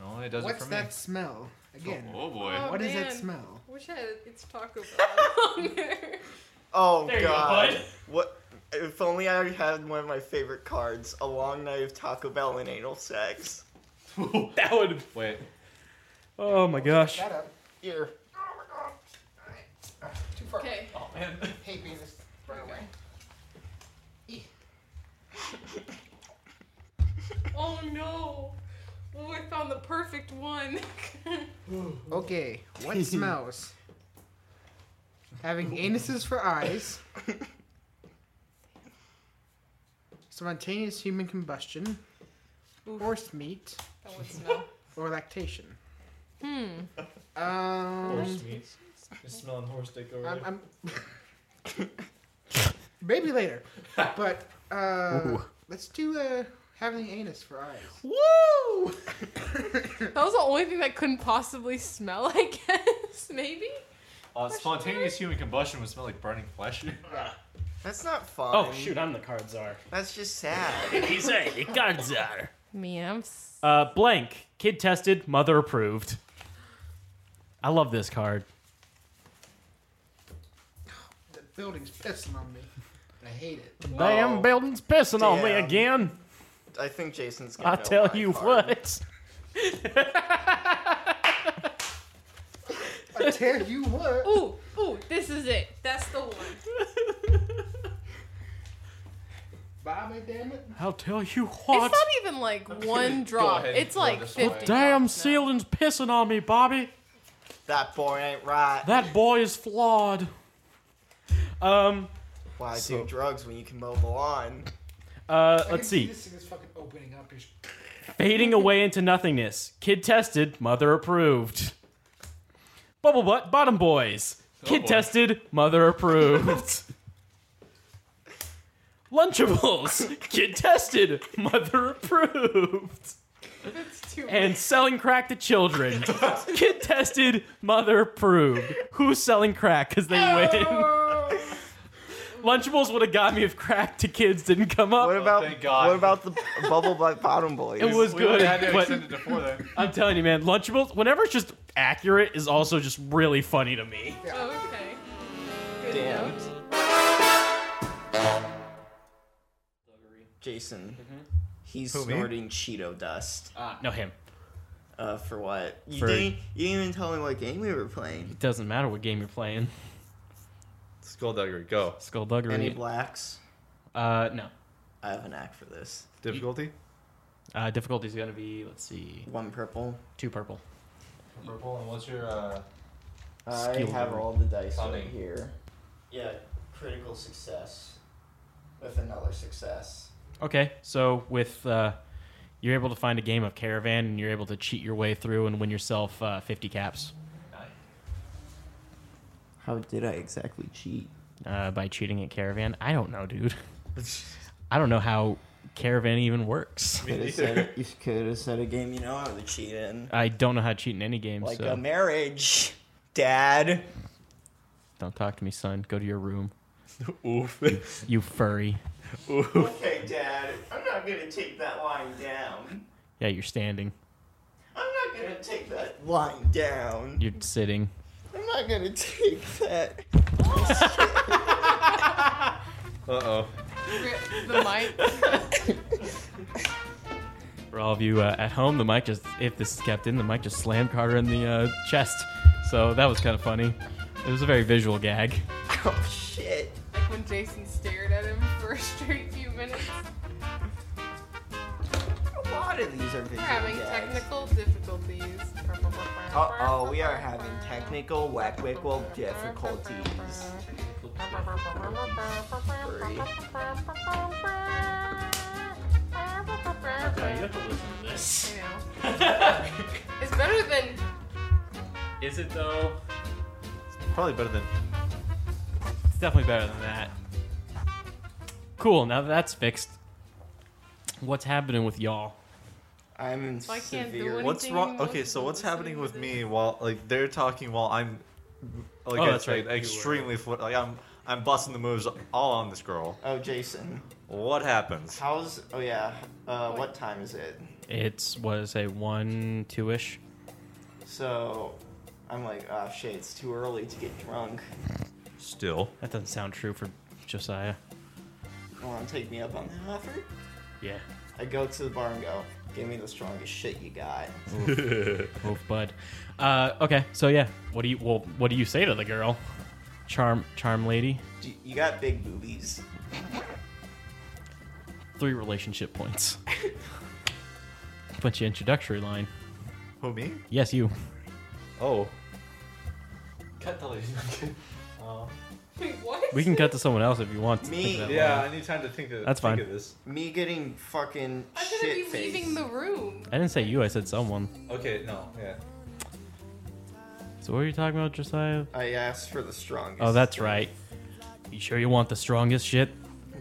No, know. It does it What's for that smell? Again, me. Oh boy. Oh, what is that man. smell? Wish I had it's Taco Bell on there. Oh There you go, god. bud. What if only I had one of my favorite cards, a long night of Taco Bell and anal sex. That would. Wait. Oh my gosh. Shut up. Here. Too far. Okay. Oh man. Hate being this far away. Oh no. Oh, I found the perfect one. Okay, what smells? Having anuses for eyes. Spontaneous human combustion. Horse meat. that would smell. Or lactation. Hmm. Um, meat. Just smelling horse dick over I'm, I'm maybe later, but uh, let's do uh, having anus for eyes. Woo! That was the only thing that couldn't possibly smell, I guess. Maybe? Uh, spontaneous human combustion would smell like burning flesh. That's not fun. Oh shoot, I'm the card czar. That's just sad. He's a the card czar. Me, I'm. S- Uh, blank. Kid tested, mother approved. I love this card. The building's pissing on me. I hate it. Damn building's pissing on me damn. again. I think Jason's gonna I know tell my you card. what. I tell you what. ooh, ooh, this is it. That's the one. Bobby, damn it. I'll tell you It's what. not even like one drop. ahead and It's throw like this away. 50. Damn drops now. ceiling's pissing on me, Bobby. That boy ain't right. That boy is flawed. Um, Why So- do drugs when you can mow the lawn? uh, I can let's see. This thing is fucking opening up. Just Fading away into nothingness. Kid tested, mother approved. Bubble butt, bottom boys. Kid boy. tested, mother approved. Lunchables. Kid tested, mother approved. It's too And selling crack to children. Kid tested, mother approved. Who's selling crack? Because they win. Lunchables would have got me if crack to kids didn't come up. What about Oh, thank God. what about the bubble butt bottom boys? It was We would've good, had to but- extend it to four then. I'm telling you, man, Lunchables, whenever it's just accurate, is also just really funny to me. Oh, okay. Good Damn. note. Jason. He's Who, me? snorting Cheeto dust. No, him. Uh, for what? You, For- didn't, you didn't even tell me what game we were playing. It doesn't matter what game you're playing. Skullduggery, go. Any Skullduggery. blacks? Uh, no. I have an act for this. Difficulty? Uh, difficulty's gonna be, let's see, One purple. two purple. Purple, and what's your uh? I Skill have roll. all the dice Funny. right here. Yeah, critical success with another success. Okay, so with, uh, you're able to find a game of Caravan and you're able to cheat your way through and win yourself uh, 50 caps How did I exactly cheat? uh, by cheating at Caravan. I don't know, dude. I don't know how Caravan even works. Could have said, you could have said a game you know how to cheat in. I don't know how to cheat in any game, Like um, so a marriage, Dad. don't talk to me, son. Go to your room, Oof. you furry. Okay, Dad. I'm not gonna take that line down. Yeah, you're standing. I'm not gonna take that line down. You're sitting. I'm not gonna take that. Uh oh. Rip The mic. For all of you uh, at home, the mic just, if this is kept in, the mic just slammed Carter in the uh, chest. So that was kind of funny. It was a very visual gag. Oh shit. Like when Jason stared at him for a straight few minutes. A lot of these are video We're having gags. technical difficulties. Uh oh, we are having technical whack-wickle difficulties. I have to listen to this. know. It's better than Is it though? Probably better than. It's definitely better than that. Cool, now that that's fixed. What's happening with y'all? I'm in I can't do severe. it. What's Anything wrong? most Okay, so people what's listening happening to with this- me while like they're talking while I'm like Oh, I that's right, said, you were. extremely fl- like I'm I'm busting the moves all on this girl. Oh, Jason. What happens? How's. Oh, yeah. Uh, what time is it? It's what is it, one, two ish? So. I'm like, oh shit, it's too early to get drunk. Still. That doesn't sound true for Josiah. You wanna take me up on that offer? Yeah. I go to the bar and go, give me the strongest shit you got. Move, bud. Uh, okay, so yeah, what do you well, what do you say to the girl, charm, charm lady? D- You got big boobies. Three relationship points. Bunch of introductory line. Who me? Yes, you. Oh, Cut the lady. Wait, what? We can cut to someone else if you want. To Me, think of that yeah. line. I need time to think of. That's think fine. Of this. Me getting fucking I'm gonna be shit faced. leaving the room. I didn't say you. I said someone. Okay. No. Yeah. So what were you talking about, Josiah? I asked for the strongest. Oh, that's right. You sure you want the strongest shit?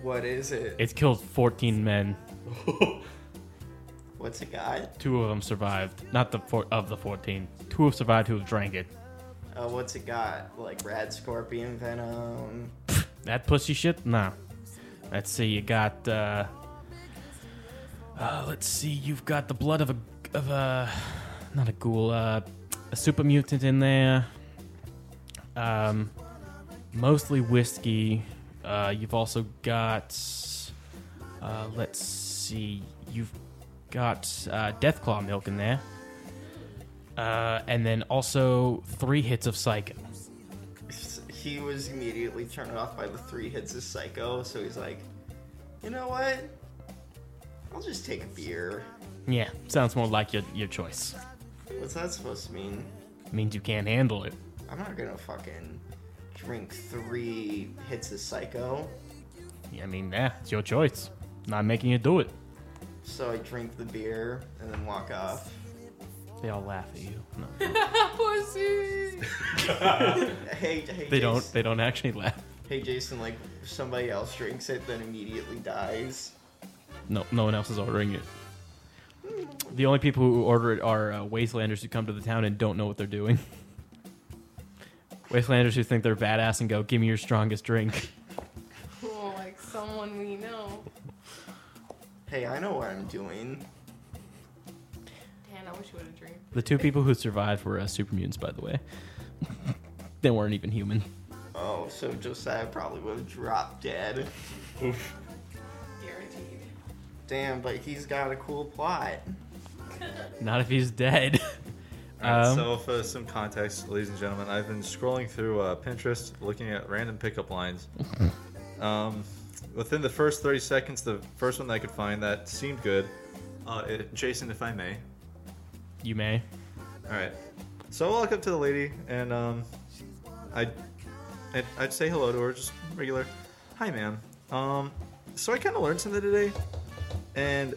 What is it? It's killed 14 men. What's it got? Two of them survived. Not the four of the 14. Two have survived who have drank it. Uh, what's it got? Like rad scorpion venom. That pussy shit? Nah. Let's see. You got. uh, uh Let's see. You've got the blood of a of a not a ghoul, uh, a super mutant in there. Um, mostly whiskey. Uh, you've also got. Uh, let's see. You've got uh, Deathclaw milk in there. Uh, and then also three hits of Psycho. He was immediately turned off by the three hits of Psycho, so he's like, you know what? I'll just take a beer. Yeah, sounds more like your, your choice. What's that supposed to mean? means you can't handle it. I'm not gonna fucking drink three hits of Psycho. I mean, yeah, it's your choice. Not making you do it. So I drink the beer and then walk off. They all laugh at you. No, Pussy. Hey, hey they Jason, don't. They don't actually laugh. Hey Jason, like somebody else drinks it, then immediately dies. No, no one else is ordering it. The only people who order it are uh, wastelanders who come to the town and don't know what they're doing. Wastelanders who think they're badass and go, "Give me your strongest drink." Oh, like someone we know. Hey, I know what I'm doing. Dan, I wish you would have dreamed. The two people who survived were uh, super mutants, by the way. they weren't even human. Oh, so Josiah probably would have dropped dead. Guaranteed. Damn, but he's got a cool plot. Not if he's dead. Alright, Um, so, for some context, ladies and gentlemen, I've been scrolling through uh, Pinterest, looking at random pickup lines. um, within the first 30 seconds, the first one that I could find that seemed good. Uh, it, Jason, if I may. you may. All right. So I walk up to the lady, and um, I, I'd, I'd say hello to her, just regular. Hi, ma'am. Um, so I kind of learned something today, and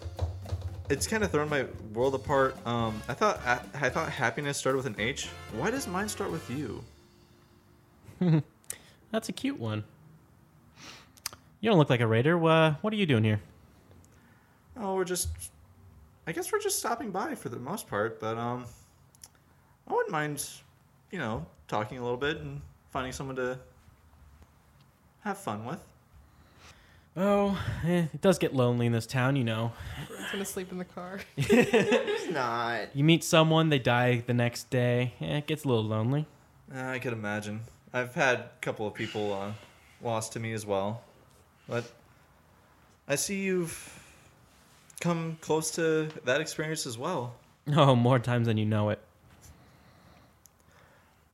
it's kind of thrown my world apart. Um, I thought I, I thought happiness started with an H. Why does mine start with U? That's a cute one. You don't look like a raider. Uh, what are you doing here? Oh, we're just. I guess we're just stopping by for the most part, but um, I wouldn't mind, you know, talking a little bit and finding someone to have fun with. Oh, eh, it does get lonely in this town, you know. He's gonna sleep in the car. He's not. You meet someone, they die the next day. Eh, it gets a little lonely. Uh, I could imagine. I've had a couple of people uh, lost to me as well, but I see you've come close to that experience as well. Oh, more times than you know it.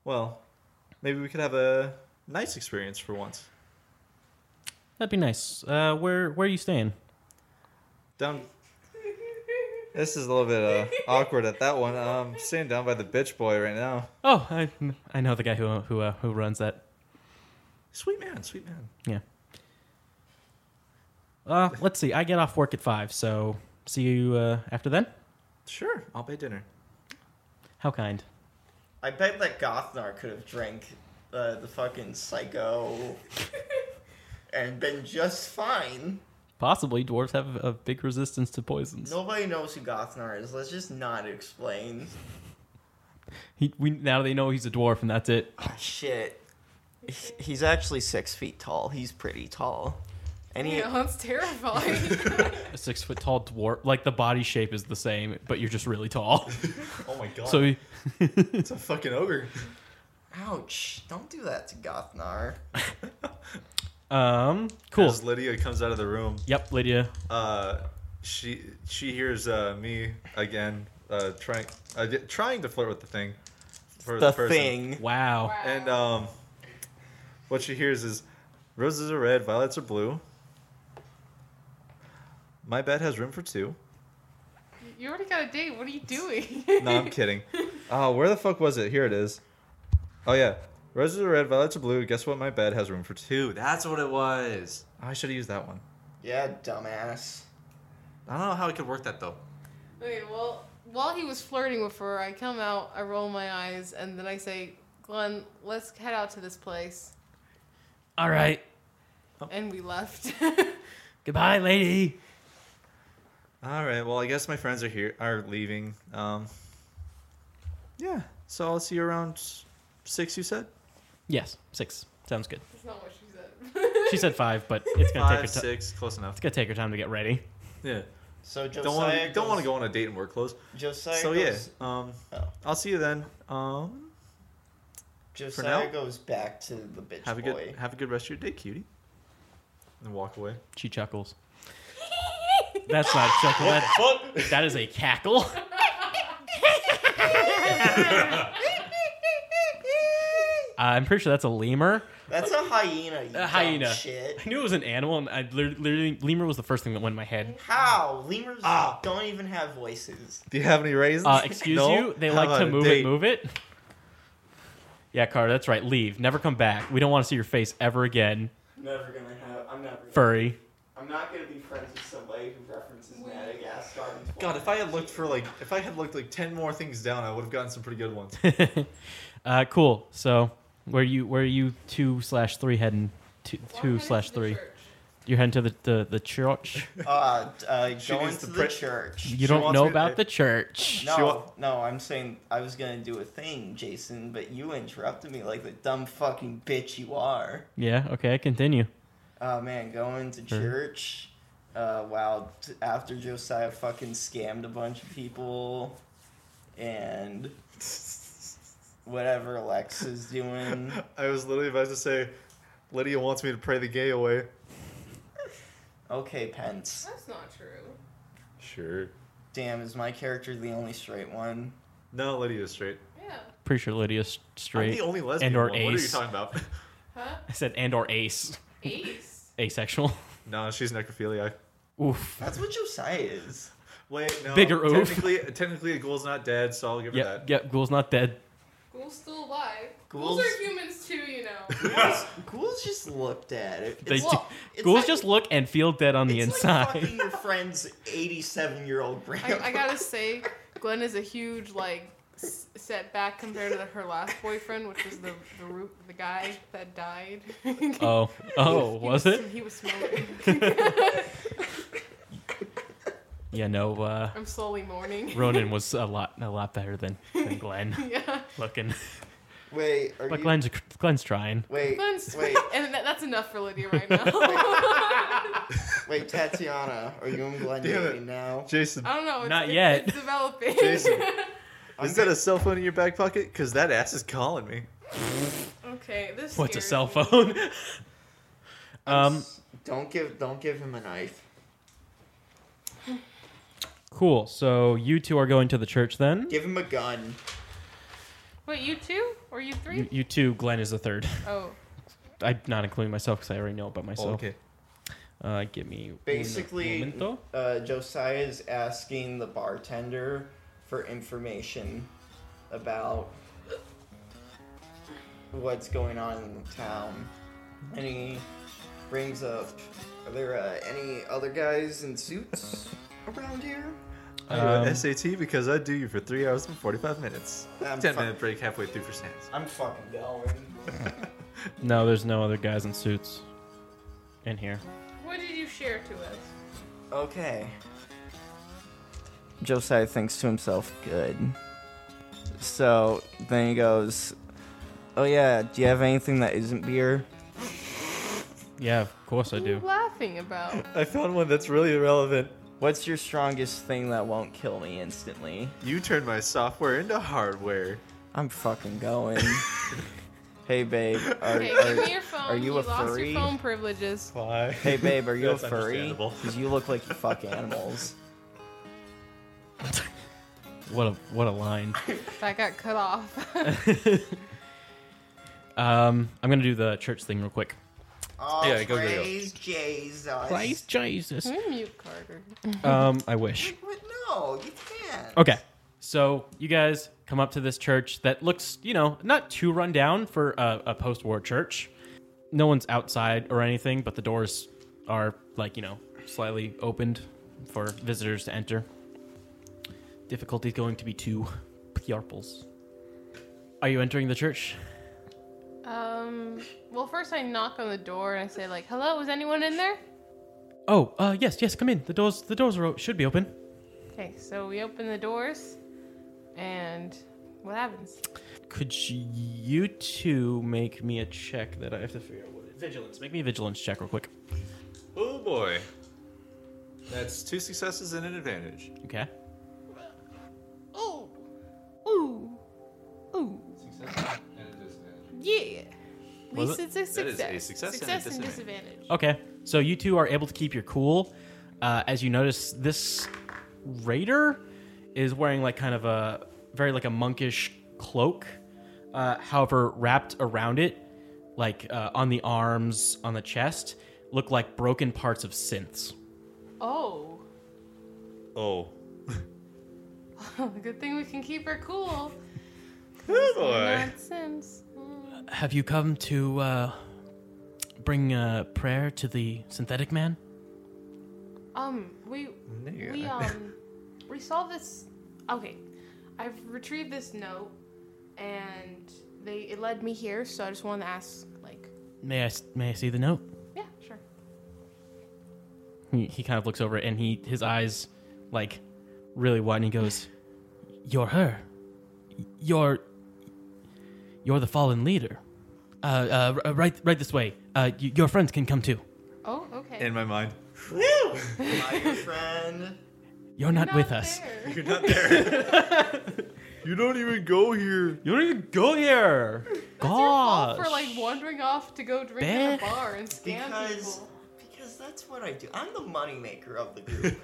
Well, maybe we could have a nice experience for once. That'd be nice. Uh, where where are you staying? Down. This is a little bit uh, awkward at that one. I'm sitting down by the bitch boy right now. Oh, I I know the guy who who uh, who runs that. Sweet man, sweet man. Yeah. Uh, let's see. I get off work at five, so see you uh, after then. Sure, I'll pay dinner. How kind. I bet that Gothnar could have drank uh, the fucking psycho and been just fine. Possibly dwarves have a big resistance to poisons. Nobody knows who Gothnar is. Let's just not explain. He, we, now they know he's a dwarf, and that's it. Ah, shit. He- He's actually six feet tall. He's pretty tall. And he, You know, it's terrifying. A six foot tall dwarf. Like the body shape is the same, but you're just really tall. Oh my god. so it's a fucking ogre. ouch! Don't do that to Gothnar. um cool. As Lydia comes out of the room, Yep, Lydia. uh, she she hears uh, me again uh, trying uh, di- trying to flirt with the thing. For The person. thing. Wow. And um, what she hears is roses are red, violets are blue. My bed has room for two. you already got a date. What are you doing? No, I'm kidding. Oh, where the fuck was it? Here it is. Oh yeah, roses are red, violets are blue. Guess what? My bed has room for two. That's what it was. I should have used that one. Yeah, dumbass. I don't know how I could work that though. Okay, well, while he was flirting with her, I come out, I roll my eyes, and then I say, Glenn, let's head out to this place. All right. And we left. Goodbye, lady. All right. Well, I guess my friends are here are leaving. Um, yeah. So I'll see you around six. You said. Yes, six. Sounds good. That's not what she said. She said five, but it's gonna Five, take her time. six, close enough. It's gonna take her time to get ready. Yeah. So Josiah Don't want to goes, don't want to go on a date and wear clothes. Josiah So yeah. goes, Um, Oh. I'll see you then. Um, Josiah now, goes back to the bitch have a boy. good have a good rest of your day, cutie. And walk away. She chuckles. That's not a chuckle. That, that is a cackle. Uh, I'm pretty sure that's a lemur. That's a hyena. You A hyena. hyena. Shit. I knew it was an animal, and I lit- literally lemur was the first thing that went in my head. How lemurs Ah. don't even have voices. Do you have any raisins? Uh, excuse No? you. They How like about to a move date? it, move it. Yeah, Carter, that's right. Leave. Never come back. We don't want to see your face ever again, Never gonna have. I'm never. Gonna, furry. I'm not gonna be friends with somebody who references Madagascar. and God, if I had looked for like if I had looked like ten more things down, I would have gotten some pretty good ones. Uh, cool. So where you where you two slash three heading? Two, two slash three. You're heading to the the, the church. Uh, d- uh, going needs to to the print- church. You wants don't know me to- about the church. No, wa- no, I'm saying I was gonna do a thing, Jason, but you interrupted me like the dumb fucking bitch you are. Yeah. Okay. Continue. Oh man, going to Mm-hmm. church. Uh, wow. t- After Josiah fucking scammed a bunch of people, and whatever Lex is doing. I was literally about to say, Lydia wants me to pray the gay away. Okay, Pence. That's not true. Sure. Damn, is my character the only straight one? No, Lydia's straight. Yeah. Pretty sure Lydia's straight. I'm the only lesbian and or one. What are you ace. talking about? Huh? I said and or ace. Ace? Asexual. no, she's necrophiliac. Oof. That's what Josiah is. Wait, no. Bigger oof. Technically, technically, a ghoul's not dead, so I'll give her Yep. that. Yep. Ghoul's not dead. Ghouls still alive. Ghouls- Ghouls are humans too, you know. Ghouls just looked at it. They It's, do- well, it's Ghouls like- just look and feel dead on the it's inside. like fucking your friend's 87 year old grandpa. I, I gotta say, Glenn is a huge, like, s- setback compared to her last boyfriend, which was the the, root, the guy that died. oh. Oh. He Was it? He was smoking. Yeah. No. Uh, I'm slowly mourning. Ronan was a lot a lot better than than Glenn. yeah. Looking. Wait, are But you. Glenn's Glenn's trying. Wait, Glenn's- wait, And that, that's enough for Lydia right now. I wait, Tatiana, are you and Glenn Damn it. dating now? Jason, don't know. It's, Not it's- yet. It's developing. Jason. I'm is that a cell phone in your back pocket? Because that ass is calling me. okay. This. What's a scares cell me. phone? um. Don't give, don't give him a knife. Cool. So you two are going to the church then. Give him a gun. Wait, you two or you three? You, you two. Glenn is the third. oh. I'm not including myself because I already know about myself. Oh, okay. Uh, give me un Basically- momento. Uh, Josiah is asking the bartender for information about what's going on in the town. And he brings up Are there uh, any other guys in suits around here? I do an Um, SAT because I do you for three hours and 45 minutes. I'm 10 fuck- minute break halfway through for snacks. I'm fucking going. No, there's no other guys in suits in here. What did you share to us? Okay. Josiah thinks to himself, good. So then he goes, Oh yeah, do you have anything that isn't beer? Yeah, of course I What are you do. laughing about? I found one that's really irrelevant. What's your strongest thing that won't kill me instantly? You turned my software into hardware. I'm fucking going. hey babe, are, Okay, are- give me your phone. are you a lost furry? your phone privileges. Why? Hey babe, are you a That's furry? understandable. Because you look like you fuck animals. What a what a line. That got cut off. Um, I'm gonna do the church thing real quick. Oh, Yeah, go, go, go. Jesus. Jesus. Can we mute Carter? Um, I wish. But no, you can't. Okay. So you guys come up to this church that looks, you know, not too run down for a, a post-war church. No one's outside or anything, but the doors are like, you know, slightly opened for visitors to enter. Difficulty going to be two Pjarples. Are you entering the church? Um. Well, first I knock on the door and I say like, "Hello, is anyone in there?" Oh, uh, yes, yes, come in. The doors, the doors are o- should be open. Okay, so we open the doors, and what happens? Could you two make me a check that I have to figure out what it is? Vigilance. Make me a vigilance check real quick. Oh boy. That's two successes and an advantage. Okay. Oh, ooh, ooh, yeah. We Was said it's a That is a success. success and a and disadvantage. disadvantage. Okay. So you two are able to keep your cool. Uh, as you notice, this raider is wearing like kind of a very like a monkish cloak. Uh, however, wrapped around it, like uh, on the arms, on the chest, look like broken parts of synths. Oh, Oh. good thing we can keep her cool. Oh boy. Not Sims. Mm. Have you come to uh, bring uh, prayer to the synthetic man? Um, we we um we saw this. Okay, I've retrieved this note, and they it led me here. So I just wanted to ask, like, May I may I see the note? yeah, sure. He, he kind of looks over and he his eyes like really wide and he goes, "You're her. You're you're the fallen leader. Uh, uh r- right right this way. Uh, y- your friends can come too. Oh, okay. In my mind. Hi, your friend. You're not, Not with us. there. You don't even go here. You don't even go here. Gosh. Fault for like wandering off to go drink in a Beth. bar and scam Because people. because that's what I do. I'm the moneymaker of the group.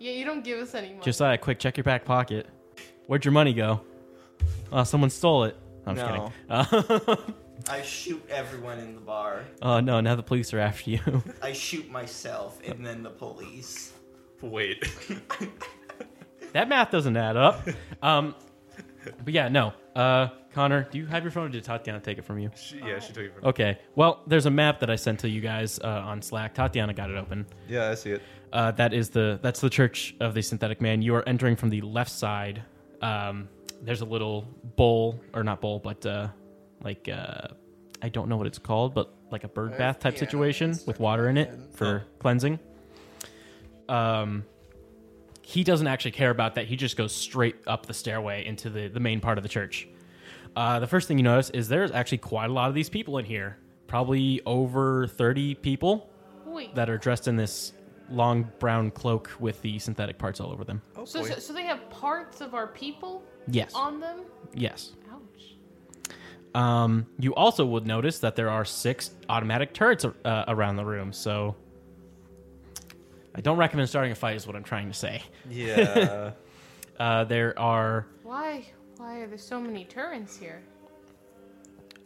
Yeah, you don't give us any money. Josiah, quick check your back pocket. Where'd your money go? Uh, someone stole it. I'm No. just kidding. Uh, I shoot everyone in the bar. oh no! Now the police are after you. I shoot myself and then the police. Wait. that math doesn't add up. Um, but yeah, no. Uh, Connor, do you have your phone or did Tatiana take it from you? She, yeah, she took it from Okay. Well, there's a map that I sent to you guys uh, on Slack. Tatiana got it open. Yeah, I see it. Uh, that is the that's the Church of the Synthetic Man. You are entering from the left side. Um, there's a little bowl or not bowl, but uh, like uh, I don't know what it's called, but like a bird bath type situation with water in it for cleansing. Um, he doesn't actually care about that. He just goes straight up the stairway into the the main part of the church. Uh, the first thing you notice is there's actually quite a lot of these people in here. Probably over 30 people Wait, that are dressed in this long brown cloak with the synthetic parts all over them. so, so so they have parts of our people Yes. on them. Yes. Ouch. Um, you also would notice that there are six automatic turrets uh, around the room, so I don't recommend starting a fight, is what I'm trying to say. Yeah. Uh, there are. Why why are there so many turrets here?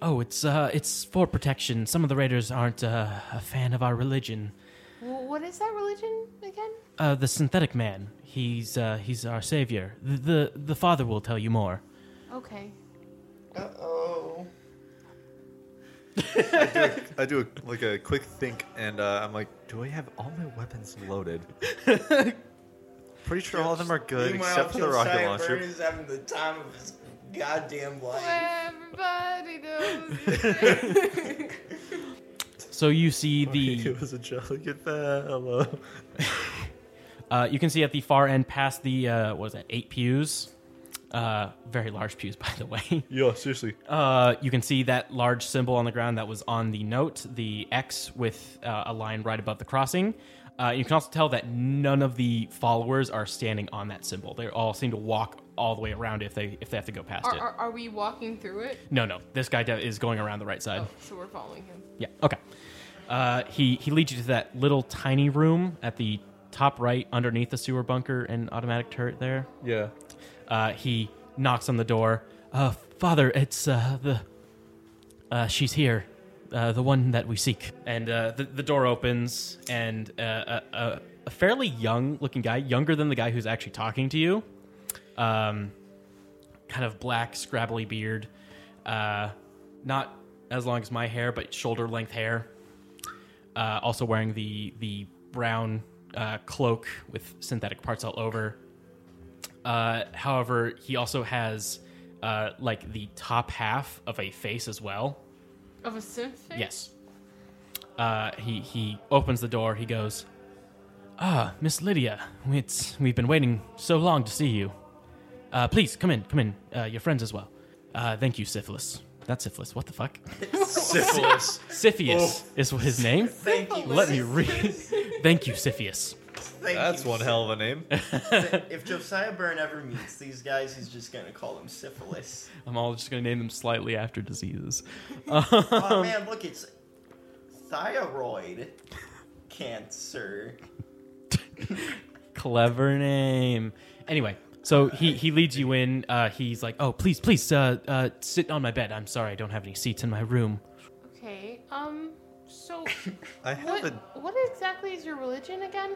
Oh, it's uh, it's for protection. Some of the raiders aren't uh, a fan of our religion. Wh- what is that religion again? Uh, the synthetic man. He's uh, he's our savior. The, the the father will tell you more. Okay. Uh oh. I do a, like a quick think, and uh, I'm like, do I have all my weapons loaded? Pretty sure all of them are good except for the rocket launcher. is having the time of his goddamn life. Everybody knows. So you see the He was a jolly good fellow. Uh, you can see at the far end, past the uh, what is that, eight pews, Uh, very large pews, by the way. Yeah, seriously. Uh, you can see that large symbol on the ground that was on the note, the X with uh, a line right above the crossing. Uh, you can also tell that none of the followers are standing on that symbol. They all seem to walk all the way around if they if they have to go past Are, it. are, are we walking through it? No, no, this guy de- is going around the right side. Oh, so we're following him. Yeah. Okay. Uh, he he leads you to that little tiny room at the top right, underneath the sewer bunker and automatic turret. There, Yeah. uh, he knocks on the door. Uh, Father, it's uh, the uh, she's here, uh, the one that we seek. And uh, the the door opens, and uh, a, a, a fairly young looking guy, younger than the guy who's actually talking to you, um, kind of black, scrabbly beard, uh, not as long as my hair, but shoulder length hair. Uh, also wearing the the brown uh, cloak with synthetic parts all over. Uh, however, he also has uh, like the top half of a face as well. Of a symphony? Yes. Uh, he he opens the door. He goes, "Ah, Miss Lydia, it's we've been waiting so long to see you. Uh, please come in, come in. Uh, your friends as well. Uh, thank you, Syphilis. That's syphilis. What the fuck? Syphilis. Syphius is what his name. Thank you. Let me read. thank you, Syphius. Thank That's you. one hell of a name. If Josiah Byrne ever meets these guys, he's just gonna call them syphilis. I'm all just gonna name them slightly after diseases. Um, Oh man, look, it's thyroid cancer. Clever name. Anyway, so he, he leads you in. Uh, he's like, oh, please, please, uh, uh, sit on my bed. I'm sorry, I don't have any seats in my room. Okay, um, so I have what, a. what exactly is your religion again?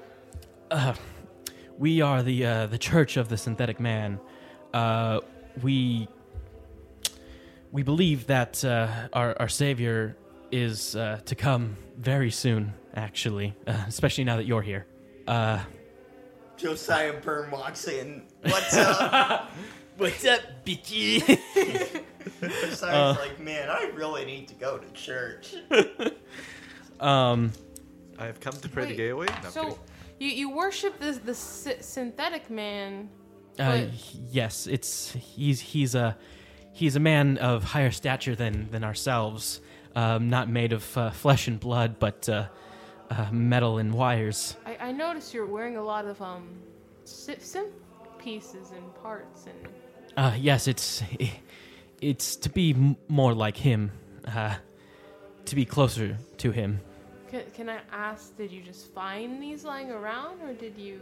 We are the uh, the Church of the Synthetic Man. Uh, we we believe that uh, our our Savior is uh, to come very soon. Actually, uh, especially now that you're here. Uh, Josiah Byrne walks in. What's up? What's up, bitchy? Uh. Josiah's like, man, I really need to go to church. um, I have come to pray the Wait, gay away. No, I'm so kidding. you, you worship this the sy- synthetic man. uh, But- yes, it's he's he's a he's a man of higher stature than than ourselves. Um, not made of uh, flesh and blood, but uh, uh, metal and wires. I, I noticed you're wearing a lot of um, sy- synth pieces and parts and Uh, yes, it's i- it's to be m- more like him, uh, to be closer to him. Can, can I ask, did you just find these lying around, or did you?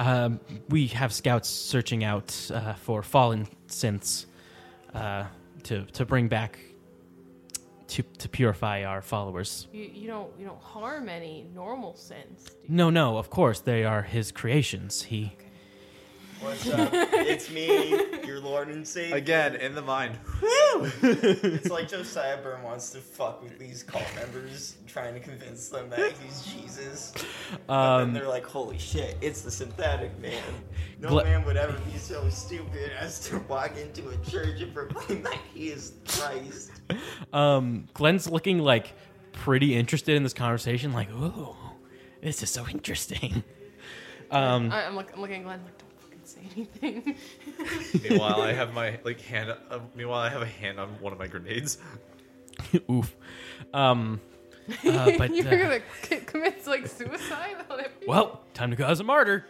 Um, we have scouts searching out uh, for fallen synths uh, to to bring back to to purify our followers. You, you don't you don't harm any normal sense. do you? No, no, of course they are his creations. He What's up? it's me, your Lord and Savior. Again, in the mind. It's like Josiah Byrne wants to fuck with these cult members, trying to convince them that he's Jesus. but Um, then they're like, holy shit, it's the synthetic man. No Gla- man would ever be so stupid as to walk into a church and proclaim that he is Christ. um, Glenn's looking like pretty interested in this conversation. Like, ooh, this is so interesting. Um, I, I'm, look, I'm looking at Glenn like, don't fucking say anything. meanwhile, I have my like hand. Uh, meanwhile, I have a hand on one of my grenades. oof. Um, uh, but You're uh, gonna c- commit like suicide on it. Well, time to go as a martyr.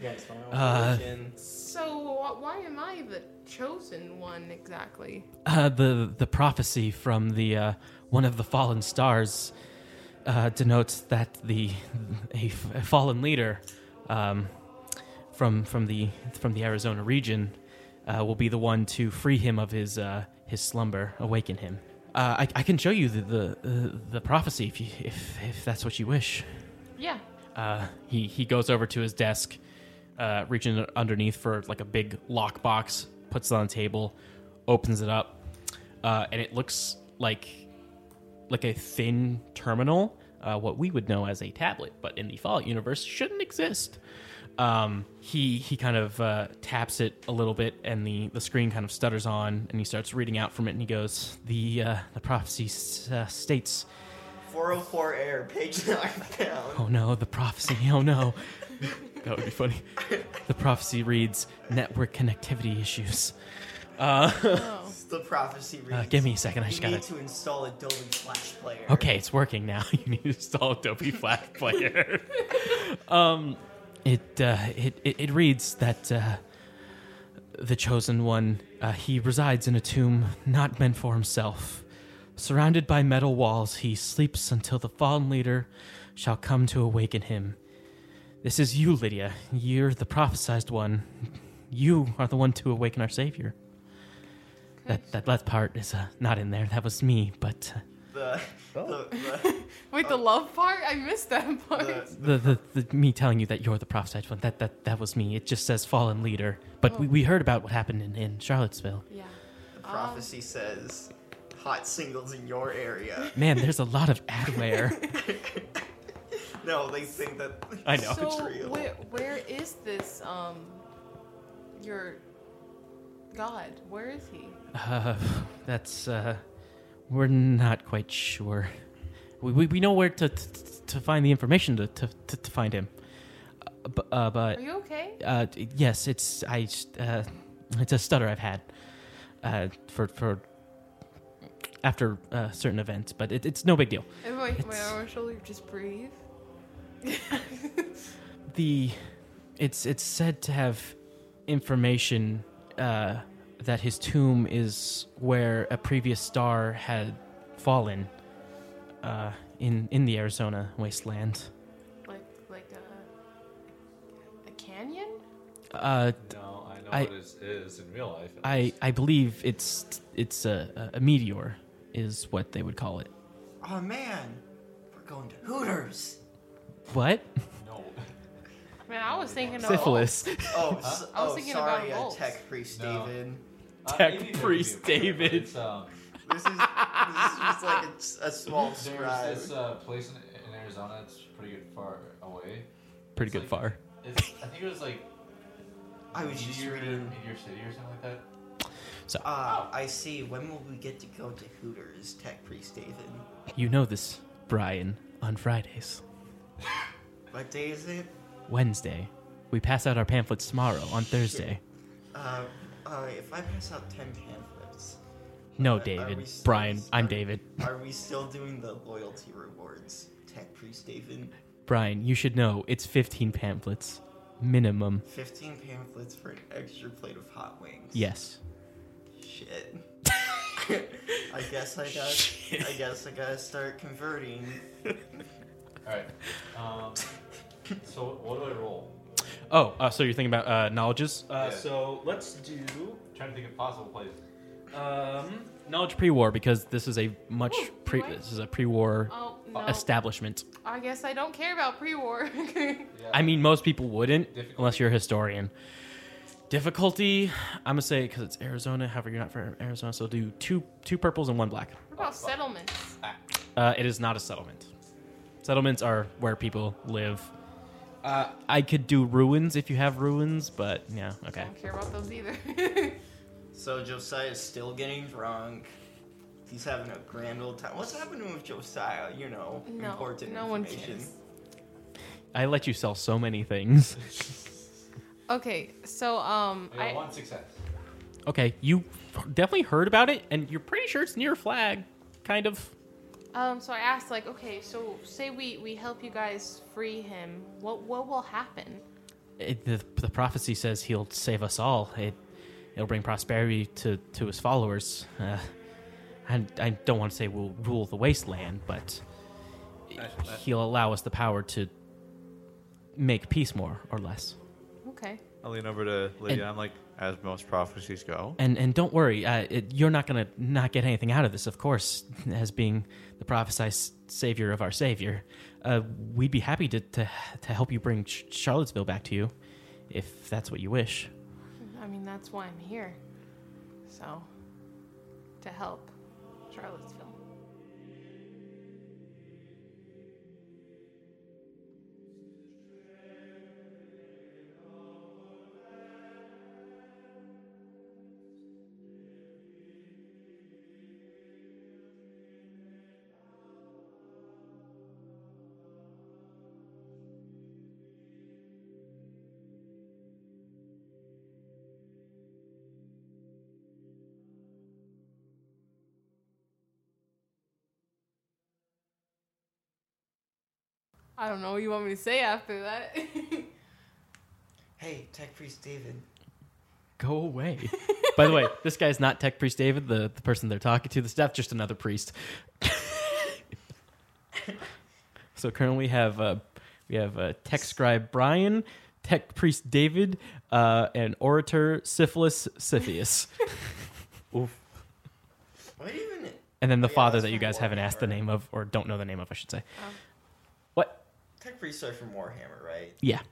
Yes, my own Uh, religion. So wh- why am I the chosen one exactly? uh, the the prophecy from the uh, one of the fallen stars uh, denotes that the a, f- a fallen leader um, from from the from the Arizona region uh, will be the one to free him of his uh, his slumber, awaken him. Uh, I, I can show you the the, uh, the prophecy if, you, if if that's what you wish. Yeah. Uh, he he goes over to his desk, uh, reaching underneath for like a big lock box, puts it on the table, opens it up, uh, and it looks like like a thin terminal, uh, what we would know as a tablet, but in the Fallout universe shouldn't exist. Um, he he kind of uh, taps it a little bit, and the, the screen kind of stutters on, and he starts reading out from it, and he goes, "The uh, the prophecy s- uh, states." 404 air, oh page knocked down. Oh no, the prophecy. Oh no. That would be funny. The prophecy reads network connectivity issues. Uh, Oh. It's the prophecy reads. uh, give me a second. I You just need got to. to install Adobe Flash Player. Okay, it's working now. You need to install Adobe Flash Player. um, it, uh, it it it reads that uh, the chosen one uh, he resides in a tomb not meant for himself. Surrounded by metal walls, he sleeps until the fallen leader shall come to awaken him. This is you, Lydia. You're the prophesized one. You are the one to awaken our savior. That that last part is uh, not in there. That was me, but. Uh, The, the, Wait, the love part? I missed that the, part. the, the, the, the me telling you that you're the prophesied one that that that was me it just says fallen leader but we, we heard about what happened in, in charlottesville yeah. the prophecy says hot singles in your area. man there's a lot of adware No, they think that. I know. So It's real. where where is this um your god? Where is he? uh, that's uh we're not quite sure we, we, we know where to, to to find the information to to, to, to find him uh, bu- uh, but Are you okay? uh, yes, it's I. Uh, it's a stutter I've had uh, for for after uh, certain events, but it, it's no big deal. And my my It's- arm shoulder just breathe. the it's it's said to have information uh, that his tomb is where a previous star had fallen uh, in in the Arizona wasteland. Like like a a canyon? Uh, No, I know I- what it is in real life. at I least. I believe it's it's a, a meteor is what they would call it. Oh man, we're going to Hooters. What no. Man, I was thinking of syphilis? Oh, s- I was oh, thinking about sorry, uh, Rolls. tech priest No. Steven. Uh, Tech maybe there could priest be a better, but David. it's, um, This is this is just like a, s- a small There's this scribe. uh, place in, in Arizona. It's pretty good far away. Pretty It's good like- far. It's, I think it was like I was just Meteor, reading. Meteor City or something like that. Uh, I see. When will we get to go to Hooters, tech priest David? You know this, Brian. On Fridays, What day is it? Wednesday, we pass out our pamphlets tomorrow. On Thursday. Uh, uh, if I pass out ten pamphlets, No, Are- are we Oh, David. still- Brian, I'm are- David. are we still doing the loyalty rewards, tech priest David? Brian, you should know it's 15 pamphlets. Minimum. Fifteen pamphlets for an extra plate of hot wings. Yes. Shit. I guess I got. I guess I gotta start converting. All right. Um, so what do I roll? Oh, uh, so you're thinking about uh, knowledges? Uh, Yeah. So let's do trying to think of possible places. um, knowledge pre-war because this is a much Ooh, pre. what? This is a pre-war Oh no. establishment. I guess I don't care about pre-war. I mean, most people wouldn't Difficulty. unless you're a historian. Difficulty, I'm gonna say because it's Arizona. However, you're not from Arizona, so do two two purples and one black. what about settlements? Uh, it is not a settlement. Settlements are where people live. Uh, I could do ruins if you have ruins, but yeah, I okay. don't care about those either. So Josiah's still getting drunk. He's having a grand old time. What's happening with Josiah? You know, no, important no one information. cares. I let you sell so many things. Okay, so um, I got I, one success. okay, you definitely heard about it, and you're pretty sure it's near flag, kind of. um, so I asked like, okay, so say we we help you guys free him. What what will happen? It, the, the prophecy says he'll save us all. It it'll bring prosperity to to his followers. Uh, and I don't want to say we'll rule the wasteland, but he'll allow us the power to make peace more or less. Okay. I lean over to Lydia. I'm like, as most prophecies go. And and don't worry, uh, it, you're not gonna not get anything out of this, of course, as being the prophesied savior of our savior. Uh, we'd be happy to, to to help you bring Ch- Charlottesville back to you, if that's what you wish. I mean, that's why I'm here. So, to help Charlottesville. I don't know what you want me to say after that. Hey, Tech Priest David. Go away. By the way, this guy's not Tech Priest David, the, the person they're talking to. The staff just another priest. so currently we have uh, we have uh, Tech Scribe Brian, Tech Priest David, uh, and Orator Syphilis Scythius, What even? and then the Yeah, father that's that you from guys haven't asked the Warhammer. name of or don't know the name of, I should say. Oh. What? Tech Priests are from Warhammer, right? Yeah,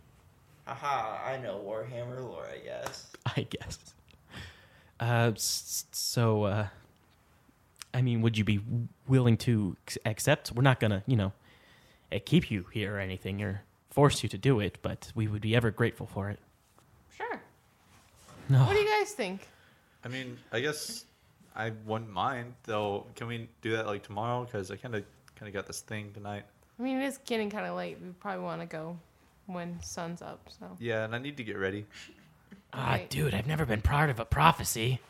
Haha, I know Warhammer lore, I guess. I guess. Uh, s- s- so, uh, I mean, would you be willing to ac- accept? We're not gonna, you know, eh, keep you here or anything, or force you to do it, but we would be ever grateful for it. sure. No. What do you guys think? I mean, I guess I wouldn't mind though. Can we do that like tomorrow? Because I kind of kind of got this thing tonight. I mean, it is getting kind of late. We probably want to go when sun's up. So Yeah, and I need to get ready. Ah, Right. dude, I've never been part of a prophecy.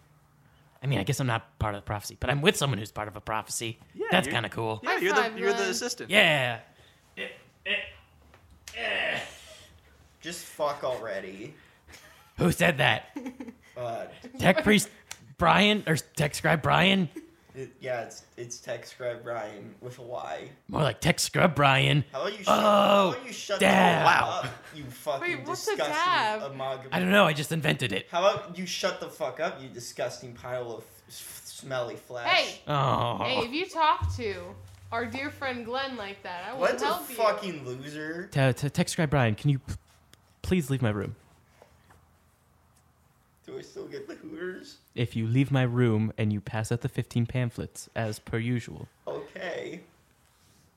I mean, I guess I'm not part of the prophecy, but I'm with someone who's part of a prophecy. Yeah, That's you're- kind of cool. Yeah, High you're five, the you're the Glenn. assistant. Yeah. Just fuck already. Who said that? But Tech priest Brian or tech scribe Brian? it, yeah, it's it's Tech Scribe Brian with a Y. More like tech scrub Brian. How about you? Shut, Oh, how about you shut the dab. hell up? You fucking Wait, what's a disgusting dab? amalgam. I don't know. I just invented it. How about you shut the fuck up? You disgusting pile of f- f- smelly flesh. hey, Oh. hey, if you talk to our dear friend Glenn like that, I will What's a help you. fucking loser? Te- te- text guy Brian, can you p- please leave my room? Do I still get the Hooters? If you leave my room and you pass out the 15 pamphlets as per usual, Okay.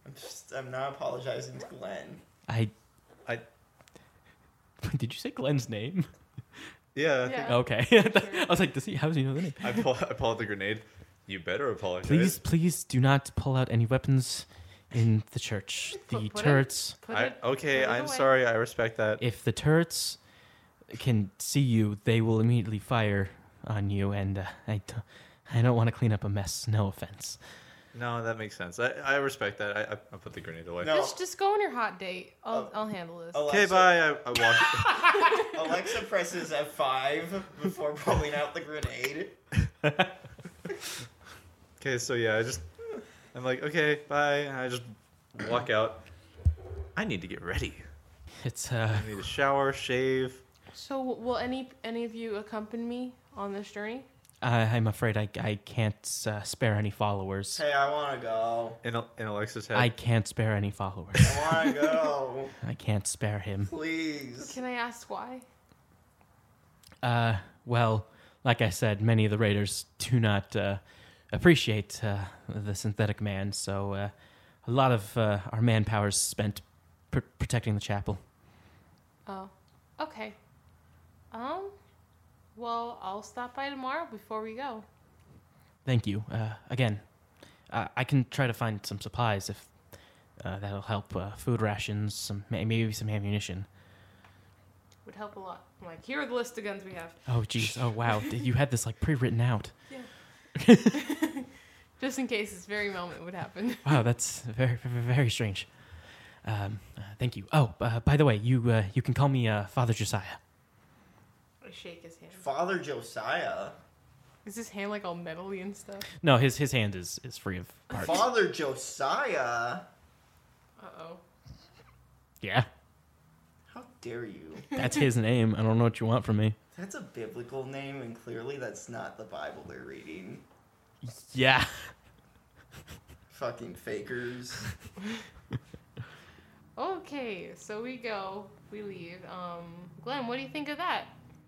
I'm just, I'm not apologizing to Glenn. I. I- Did you say Glenn's name? Yeah. I, think Yeah. Okay. I was like, does he? How does he know the name? I pull I pull out the grenade. You better apologize. Please, please do not pull out any weapons in the church. The Put- put it- turrets. Put I, oh. it- okay, put it I'm away. sorry. I respect that. If the turrets can see you, they will immediately fire on you, and uh, I, d- I don't want to clean up a mess. No offense. No, that makes sense. I, I respect that. I, I, I put the grenade away. No. Just, just go on your hot date. I'll, I'll handle this. Okay, Alexa, bye. I, I walk. Alexa presses F5 before pulling out the grenade. okay, so yeah, I just I'm like, okay, bye. And I just walk out. I need to get ready. It's uh, I need a shower, shave. So, will any any of you accompany me on this journey? I, I'm afraid I, I can't uh, spare any followers. Hey, I wanna go. In, Al- in Alexa's head. I can't spare any followers. I wanna go. I can't spare him. Please. Can I ask why? Uh, well, like I said, many of the raiders do not uh, appreciate uh, the synthetic man, so uh, a lot of uh, our manpower is spent pr- protecting the chapel. Oh, okay. Um, well, I'll stop by tomorrow before we go. Thank you. Uh, again, uh, I can try to find some supplies if uh, that'll help. Uh, food rations, some may- maybe some ammunition. Would help a lot. I'm like, here are the list of guns we have. Oh, jeez. Oh, wow. you had this like pre-written out. Just in case this very moment would happen. Wow, that's very very, very strange. Um, uh, thank you. Oh, uh, by the way, you uh, you can call me uh, Father Josiah. I shake his hand. Father Josiah. Is his hand like all metally and stuff? No, his his hand is is free of art. Father Josiah. Uh oh. Yeah, How dare you? that's his name. I don't know what you want from me. That's a biblical name, and clearly that's not the Bible they're reading. Yeah. Fucking fakers. Okay, so we go, we leave. Um, Glenn, what do you think of that?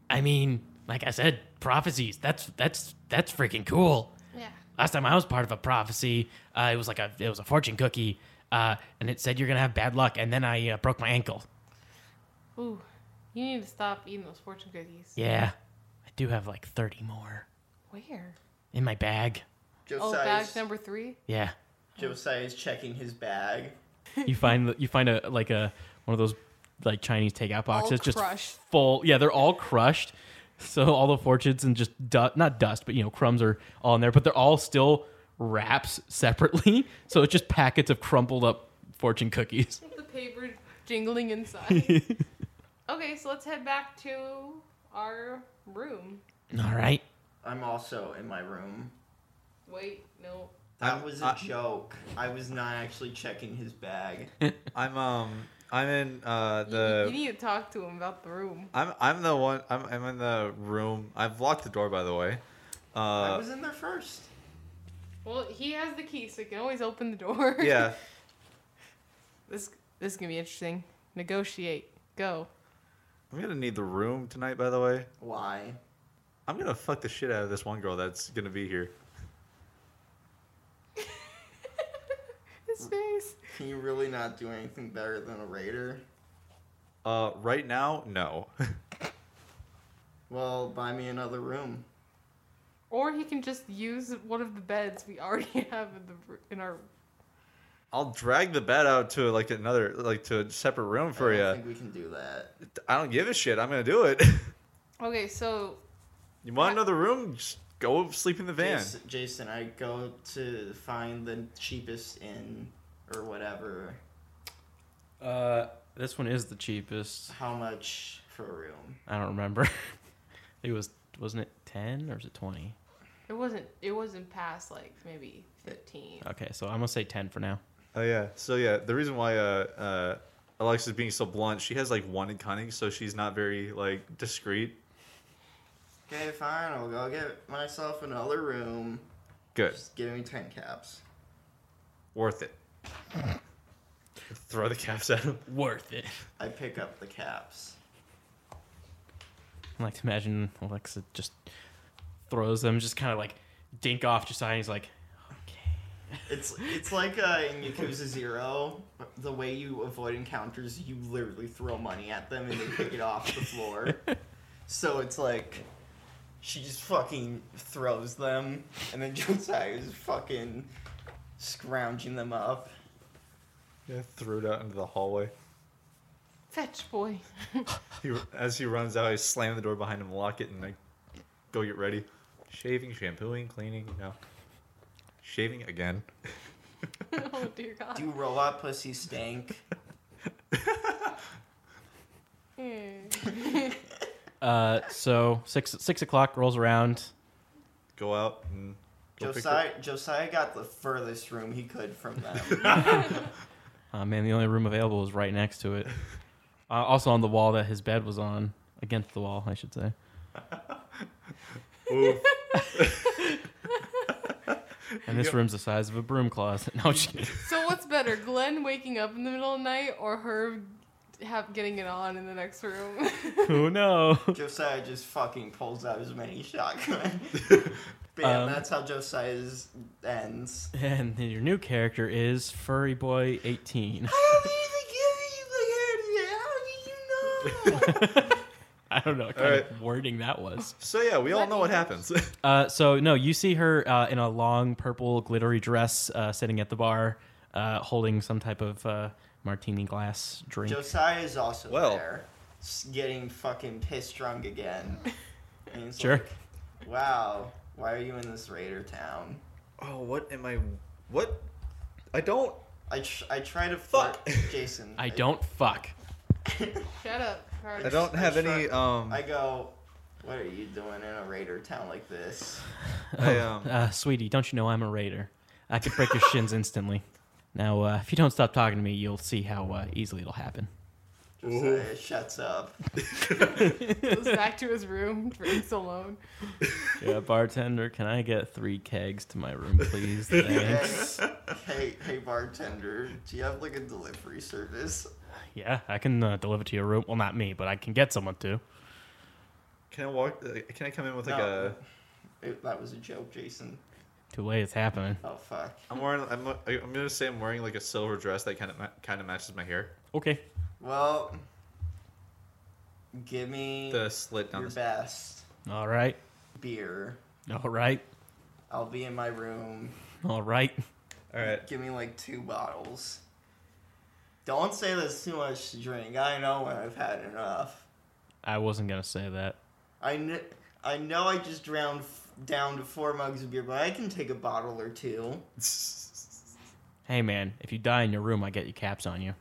I mean, like I said, prophecies. That's that's that's freaking cool. Yeah. Last time I was part of a prophecy, uh, it was like a it was a fortune cookie, uh, and it said you're gonna have bad luck, and then I uh, broke my ankle. Ooh, you need to stop eating those fortune cookies. Yeah, I do have like thirty more Where? in my bag. Oh, Josiah's, bag number three. Yeah. Josiah's checking his bag. you find you find a like a one of those like Chinese takeout boxes just crushed. full. Yeah, they're all crushed. So all the fortunes and just du- not dust, but you know crumbs are all in there, but they're all still wraps separately. So it's just packets of crumpled up fortune cookies. Take the paper jingling inside. okay, so let's head back to our room. All right. I'm also in my room. Wait, no. That I'm- was a I- joke. I was not actually checking his bag. I'm um I'm in uh You- the you, need to talk to him about the room. I'm I'm the one I'm I'm in the room. I've locked the door by the way. I Uh was in there first. Well, he has the key, so he can always open the door. yeah. this this is gonna be interesting. Negotiate. Go. I'm gonna need the room tonight by the way. Why? I'm gonna fuck the shit out of this one girl that's gonna be here. His face. Can you really not do anything better than a raider? Uh right now, no. Well, buy me another room. Or he can just use one of the beds we already have in the r- in our. I'll drag the bed out to like another like to a separate room for I don't you. think we can do that. I don't give a shit. I'm gonna do it. Okay, so you want another room? Just go sleep in the van. Jason, Jason, I go to find the cheapest inn or whatever. Uh, this one is the cheapest. How much for a room? I don't remember. I think it was wasn't it ten or was it twenty? it wasn't it wasn't past like maybe fifteen. Okay, so I'm gonna say ten for now. Oh yeah. So yeah, the reason why uh, uh, Alexa's being so blunt, she has like wanted cunning, so she's not very like discreet. Okay, fine. I'll go get myself another room. Good, Just give me ten caps. worth it. Throw the caps at him. Worth it. I pick up the caps. I like to imagine Alexa just throws them, just kind of like dink off Josiah. And he's like, It's it's like uh, in Yakuza Zero, the way you avoid encounters, you literally throw money at them and they pick it off the floor. So it's like she just fucking throws them, and then Josiah is fucking scrounging them up. Yeah, threw it out into the hallway. Fetch boy. He, as he runs out, I slam the door behind him, lock it, and I go get ready. Shaving, shampooing, cleaning. You know, shaving again. oh dear God. Do robot pussy stank? Hmm. uh, so six six o'clock rolls around. Go out and go pick Josiah Josiah got the furthest room he could from them. Uh, man, the only room available was right next to it. Uh, also on the wall that his bed was on, against the wall, I should say. the- Oof. And this room's the size of a broom closet. No, I'm just kidding. So what's better, Glenn waking up in the middle of the night or her have getting it on in the next room? who knows? Josiah just fucking pulls out his mini shotgun. Bam, Um, that's how Josiah's ends. And your new character is Furry Boy 18. How do you give you the hair to How do you know? I don't know what kind of wording that was. So yeah, we all know what happens. Uh, so no, you see her uh, in a long purple glittery dress, uh, sitting at the bar, uh, holding some type of uh, martini glass drink. Josiah is also Well. there, s- getting fucking piss drunk again. And he's Sure. like, wow, why are you in this raider town? oh, what am I? What? I don't. I, tr- I try to fuck Jason. I don't fuck. Shut up. Carter. I don't I have any. shrug. Um, I I, go, what are you doing in a raider town like this? um, Uh, sweetie, don't you know I'm a raider? I could break your shins instantly. Now, uh, if you don't stop talking to me, you'll see how uh, easily it'll happen. Josiah shuts up. Goes back to his room, drinks alone. Yeah, bartender, can I get three kegs to my room, please? Thanks. Hey, hey, bartender, do you have like a delivery service? yeah, I can uh, deliver to your room. Well, not me, but I can get someone to. can I walk? Uh, can I come in with like No. It- that was a joke, Jason. Too late, it's happening. Oh fuck. a? I'm wearing. I'm. I'm gonna say I'm wearing like a silver dress that kind of ma- kind of matches my hair. Okay. Well, give me The slit down your the. best All right. beer. All right. I'll be in my room. All right. All right. Give me like two bottles. Don't say that's too much to drink. I know when I've had enough. I wasn't going to say that. I kn- I know I just drowned f- down to four mugs of beer, but I can take a bottle or two. Hey man, if you die in your room, I get your caps on you.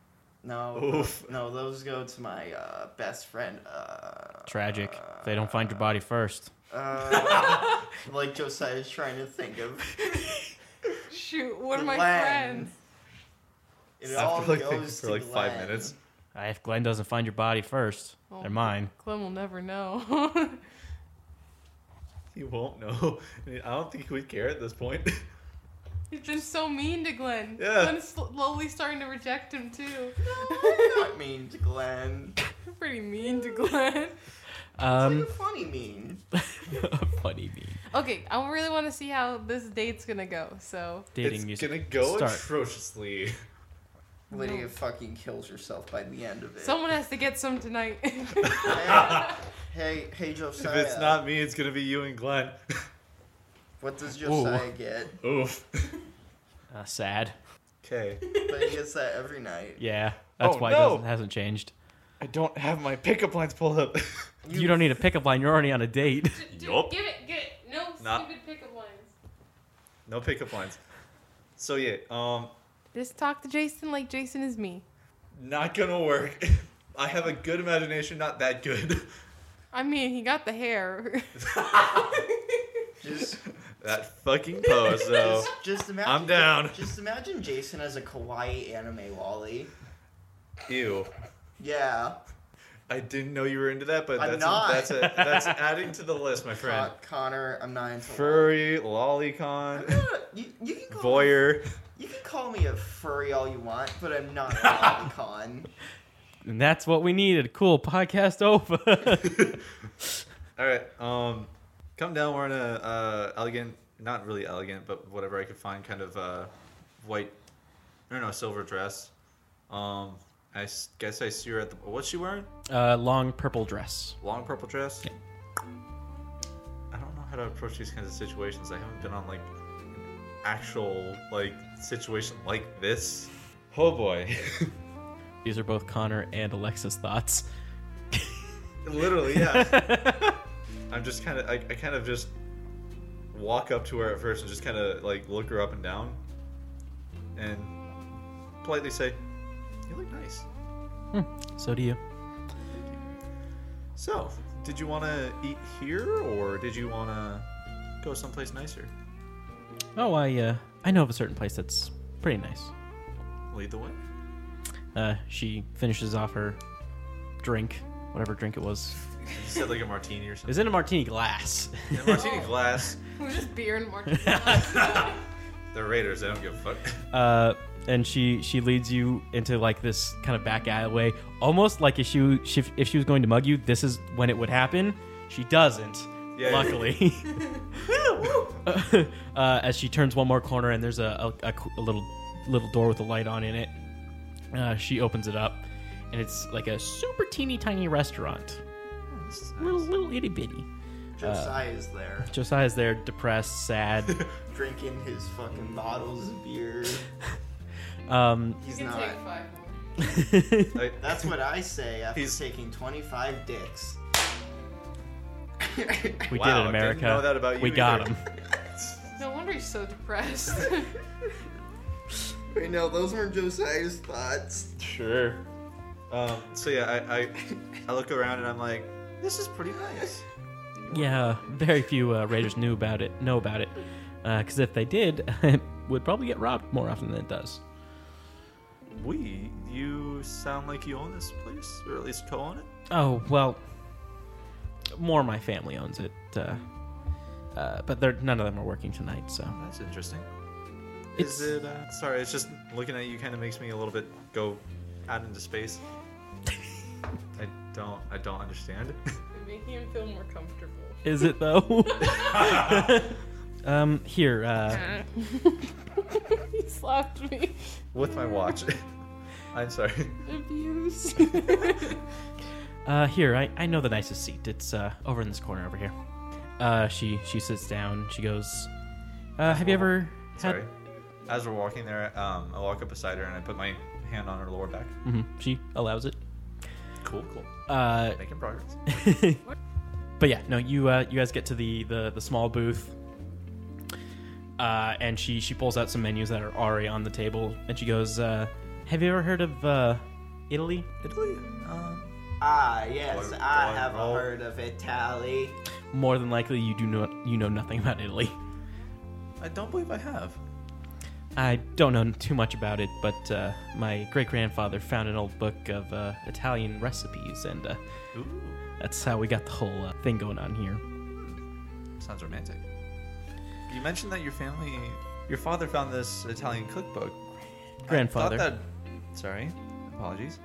No, Oof. no, those go to my uh, best friend. Uh, Tragic. If they don't find your body first. uh, like Josiah's trying to think of. Shoot, one of my Glenn. friends. It all After like thinking goes for to like five Glenn. minutes. Uh, If Glenn doesn't find your body first, they're mine. Clem will never know. You won't know. I mean, I don't think we care at this point. He's been so mean to Glenn. Yeah. Glenn's slowly starting to reject him too. Not mean to Glenn. Pretty mean to Glenn. Um, What funny mean? funny me. Okay, I really want to see how this date's gonna go. So Dating it's music. gonna go Start. atrociously. Lydia fucking kills herself by the end of it. someone has to get some tonight. hey, hey, Josiah. If it's not me, it's gonna be you and Glenn. What does Josiah get? Oof. Uh, sad. Okay. But he gets that every night. Yeah. That's Oh, why no. it doesn't, hasn't changed. I don't have my pickup lines pulled up. You, don't need a pickup line. You're already on a date. Dude, Yup. Give it, get it. No Nah. stupid pickup lines. no pickup lines. So yeah, um, Just talk to Jason like Jason is me. not gonna work. I have a good imagination, not that good. I mean, he got the hair. Just, that fucking pose though. just imagine. I'm down. Just imagine Jason as a kawaii anime Wally. Ew. Yeah. I didn't know you were into that, but I'm that's not. that's a, that's adding to the list, my friend. Con- Connor, I'm not into Furry, I'm lolicon, not- You, you can call me, voyeur. you can call me a furry all you want, but I'm not a lolly con. and that's what we needed. Cool. Podcast over. All right. Um, come down. We're in a uh, elegant, not really elegant, but whatever I could find, kind of uh, white, I don't know, silver dress. Um, I s- guess I see her at the. What's she wearing? uh, long purple dress. Long purple dress. I don't know how to approach these kinds of situations. I haven't been on like an actual like situation like this. Oh boy. These are both Connor and Alexa's thoughts. Literally, yeah. I'm just kind of, I, I kind of just walk up to her at first and just kind of like look her up and down, and politely say, "You look nice." So do you. So, did you want to eat here or did you want to go someplace nicer? Oh, I uh, I know of a certain place that's pretty nice. Lead the way. Uh, she finishes off her drink, whatever drink it was. You said like a martini or It something. was in a martini glass. In a martini glass. We're just beer and martini. They're Raiders. They don't give a fuck. uh, and she she leads you into like this kind of back alleyway, almost like if she, she if she was going to mug you, this is when it would happen. She doesn't, Yeah. luckily. uh, as she turns one more corner, and there's a, a, a qu- a little little door with a light on in it. Uh, she opens it up, and it's like a super teeny tiny restaurant, little little itty bitty. Uh. Josiah's there, Josiah's there, depressed, sad. drinking his fucking bottles of beer. um, He's You not. can take five more. I, That's what I say after He's- taking 25 dicks. we Wow, did it, didn't America. know that about you we got either. him. No wonder he's so depressed. Wait, no, those weren't Josiah's thoughts. Sure. Um, so yeah, I, I I look around and I'm like, this is pretty nice. Yeah, very few uh, raiders knew about it, know about it, because if they did, it would probably get robbed more often than it does. We, you sound like you own this place, or at least co-own it. Oh well, more my family owns it, uh, uh, but they're none of them are working tonight, so That's interesting. it's Is it? Uh, sorry, it's just looking at you kind of makes me a little bit go out into space. I don't, I don't understand. Making him feel more comfortable. is it though? um, here, uh, he slapped me. With my watch, I'm sorry. Abuse. uh, here, I, I know the nicest seat. It's uh, over in this corner over here. Uh, she she sits down. She goes, uh, "Have you ever had?" Sorry. As we're walking there, um, I walk up beside her and I put my hand on her lower back. Mhm, She allows it. Cool, cool. Uh, Making progress. but yeah, no, you uh, you guys get to the the, the small booth, uh, and she she pulls out some menus that are already on the table, and she goes, uh, "Have you ever heard of uh, Italy? Italy? Uh, Ah, yes, One- I one have roll. heard of Italy. More than likely, you do not you know nothing about Italy. I don't believe I have. I don't know too much about it, but uh, my great grandfather found an old book of uh, Italian recipes, and uh, Ooh, that's how we got the whole uh, thing going on here. sounds romantic. You mentioned that your family, your father found this Italian cookbook. Grandfather. I thought that, sorry, apologies.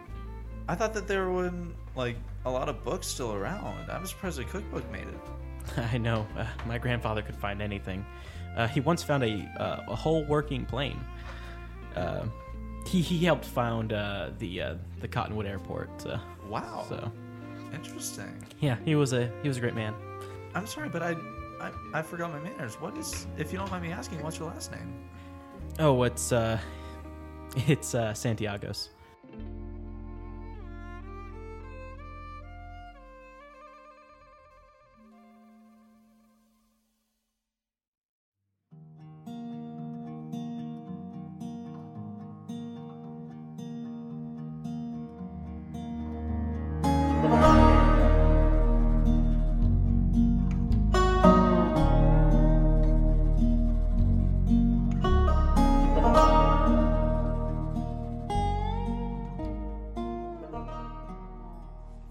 I thought that there were like a lot of books still around. I'm surprised a cookbook made it. I know. Uh, my grandfather could find anything. Uh, he once found a, uh, a whole working plane. Uh, he, he helped found uh, the uh, the Cottonwood Airport. Uh, Oh. Wow, So interesting. yeah, he was a he was a great man. I'm sorry, but I, I, I forgot my manners. What is, if you don't mind me asking, what's your last name? Oh, it's uh, it's uh, Santiago's.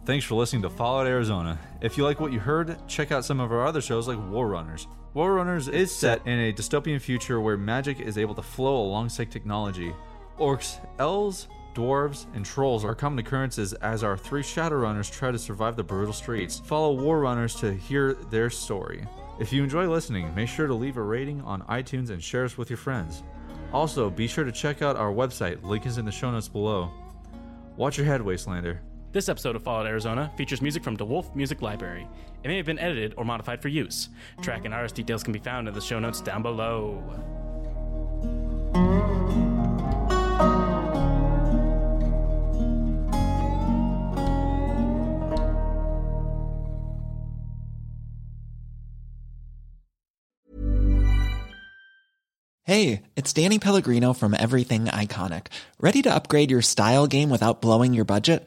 Thanks for listening to Fallout Arizona. If you like what you heard, check out some of our other shows like War Runners. War Runners is set in a dystopian future where magic is able to flow alongside technology. Orcs, elves, dwarves, and trolls are common occurrences as our three Shadowrunners try to survive the brutal streets. Follow War Runners to hear their story. If you enjoy listening, make sure to leave a rating on iTunes and share us with your friends. Also, be sure to check out our website, link is in the show notes below. Watch your head, Wastelander. This episode of Fallout Arizona features music from DeWolf Music Library. It may have been edited or modified for use. Track and artist details can be found in the show notes down below. Hey, it's Danny Pellegrino from Everything Iconic. Ready to upgrade your style game without blowing your budget?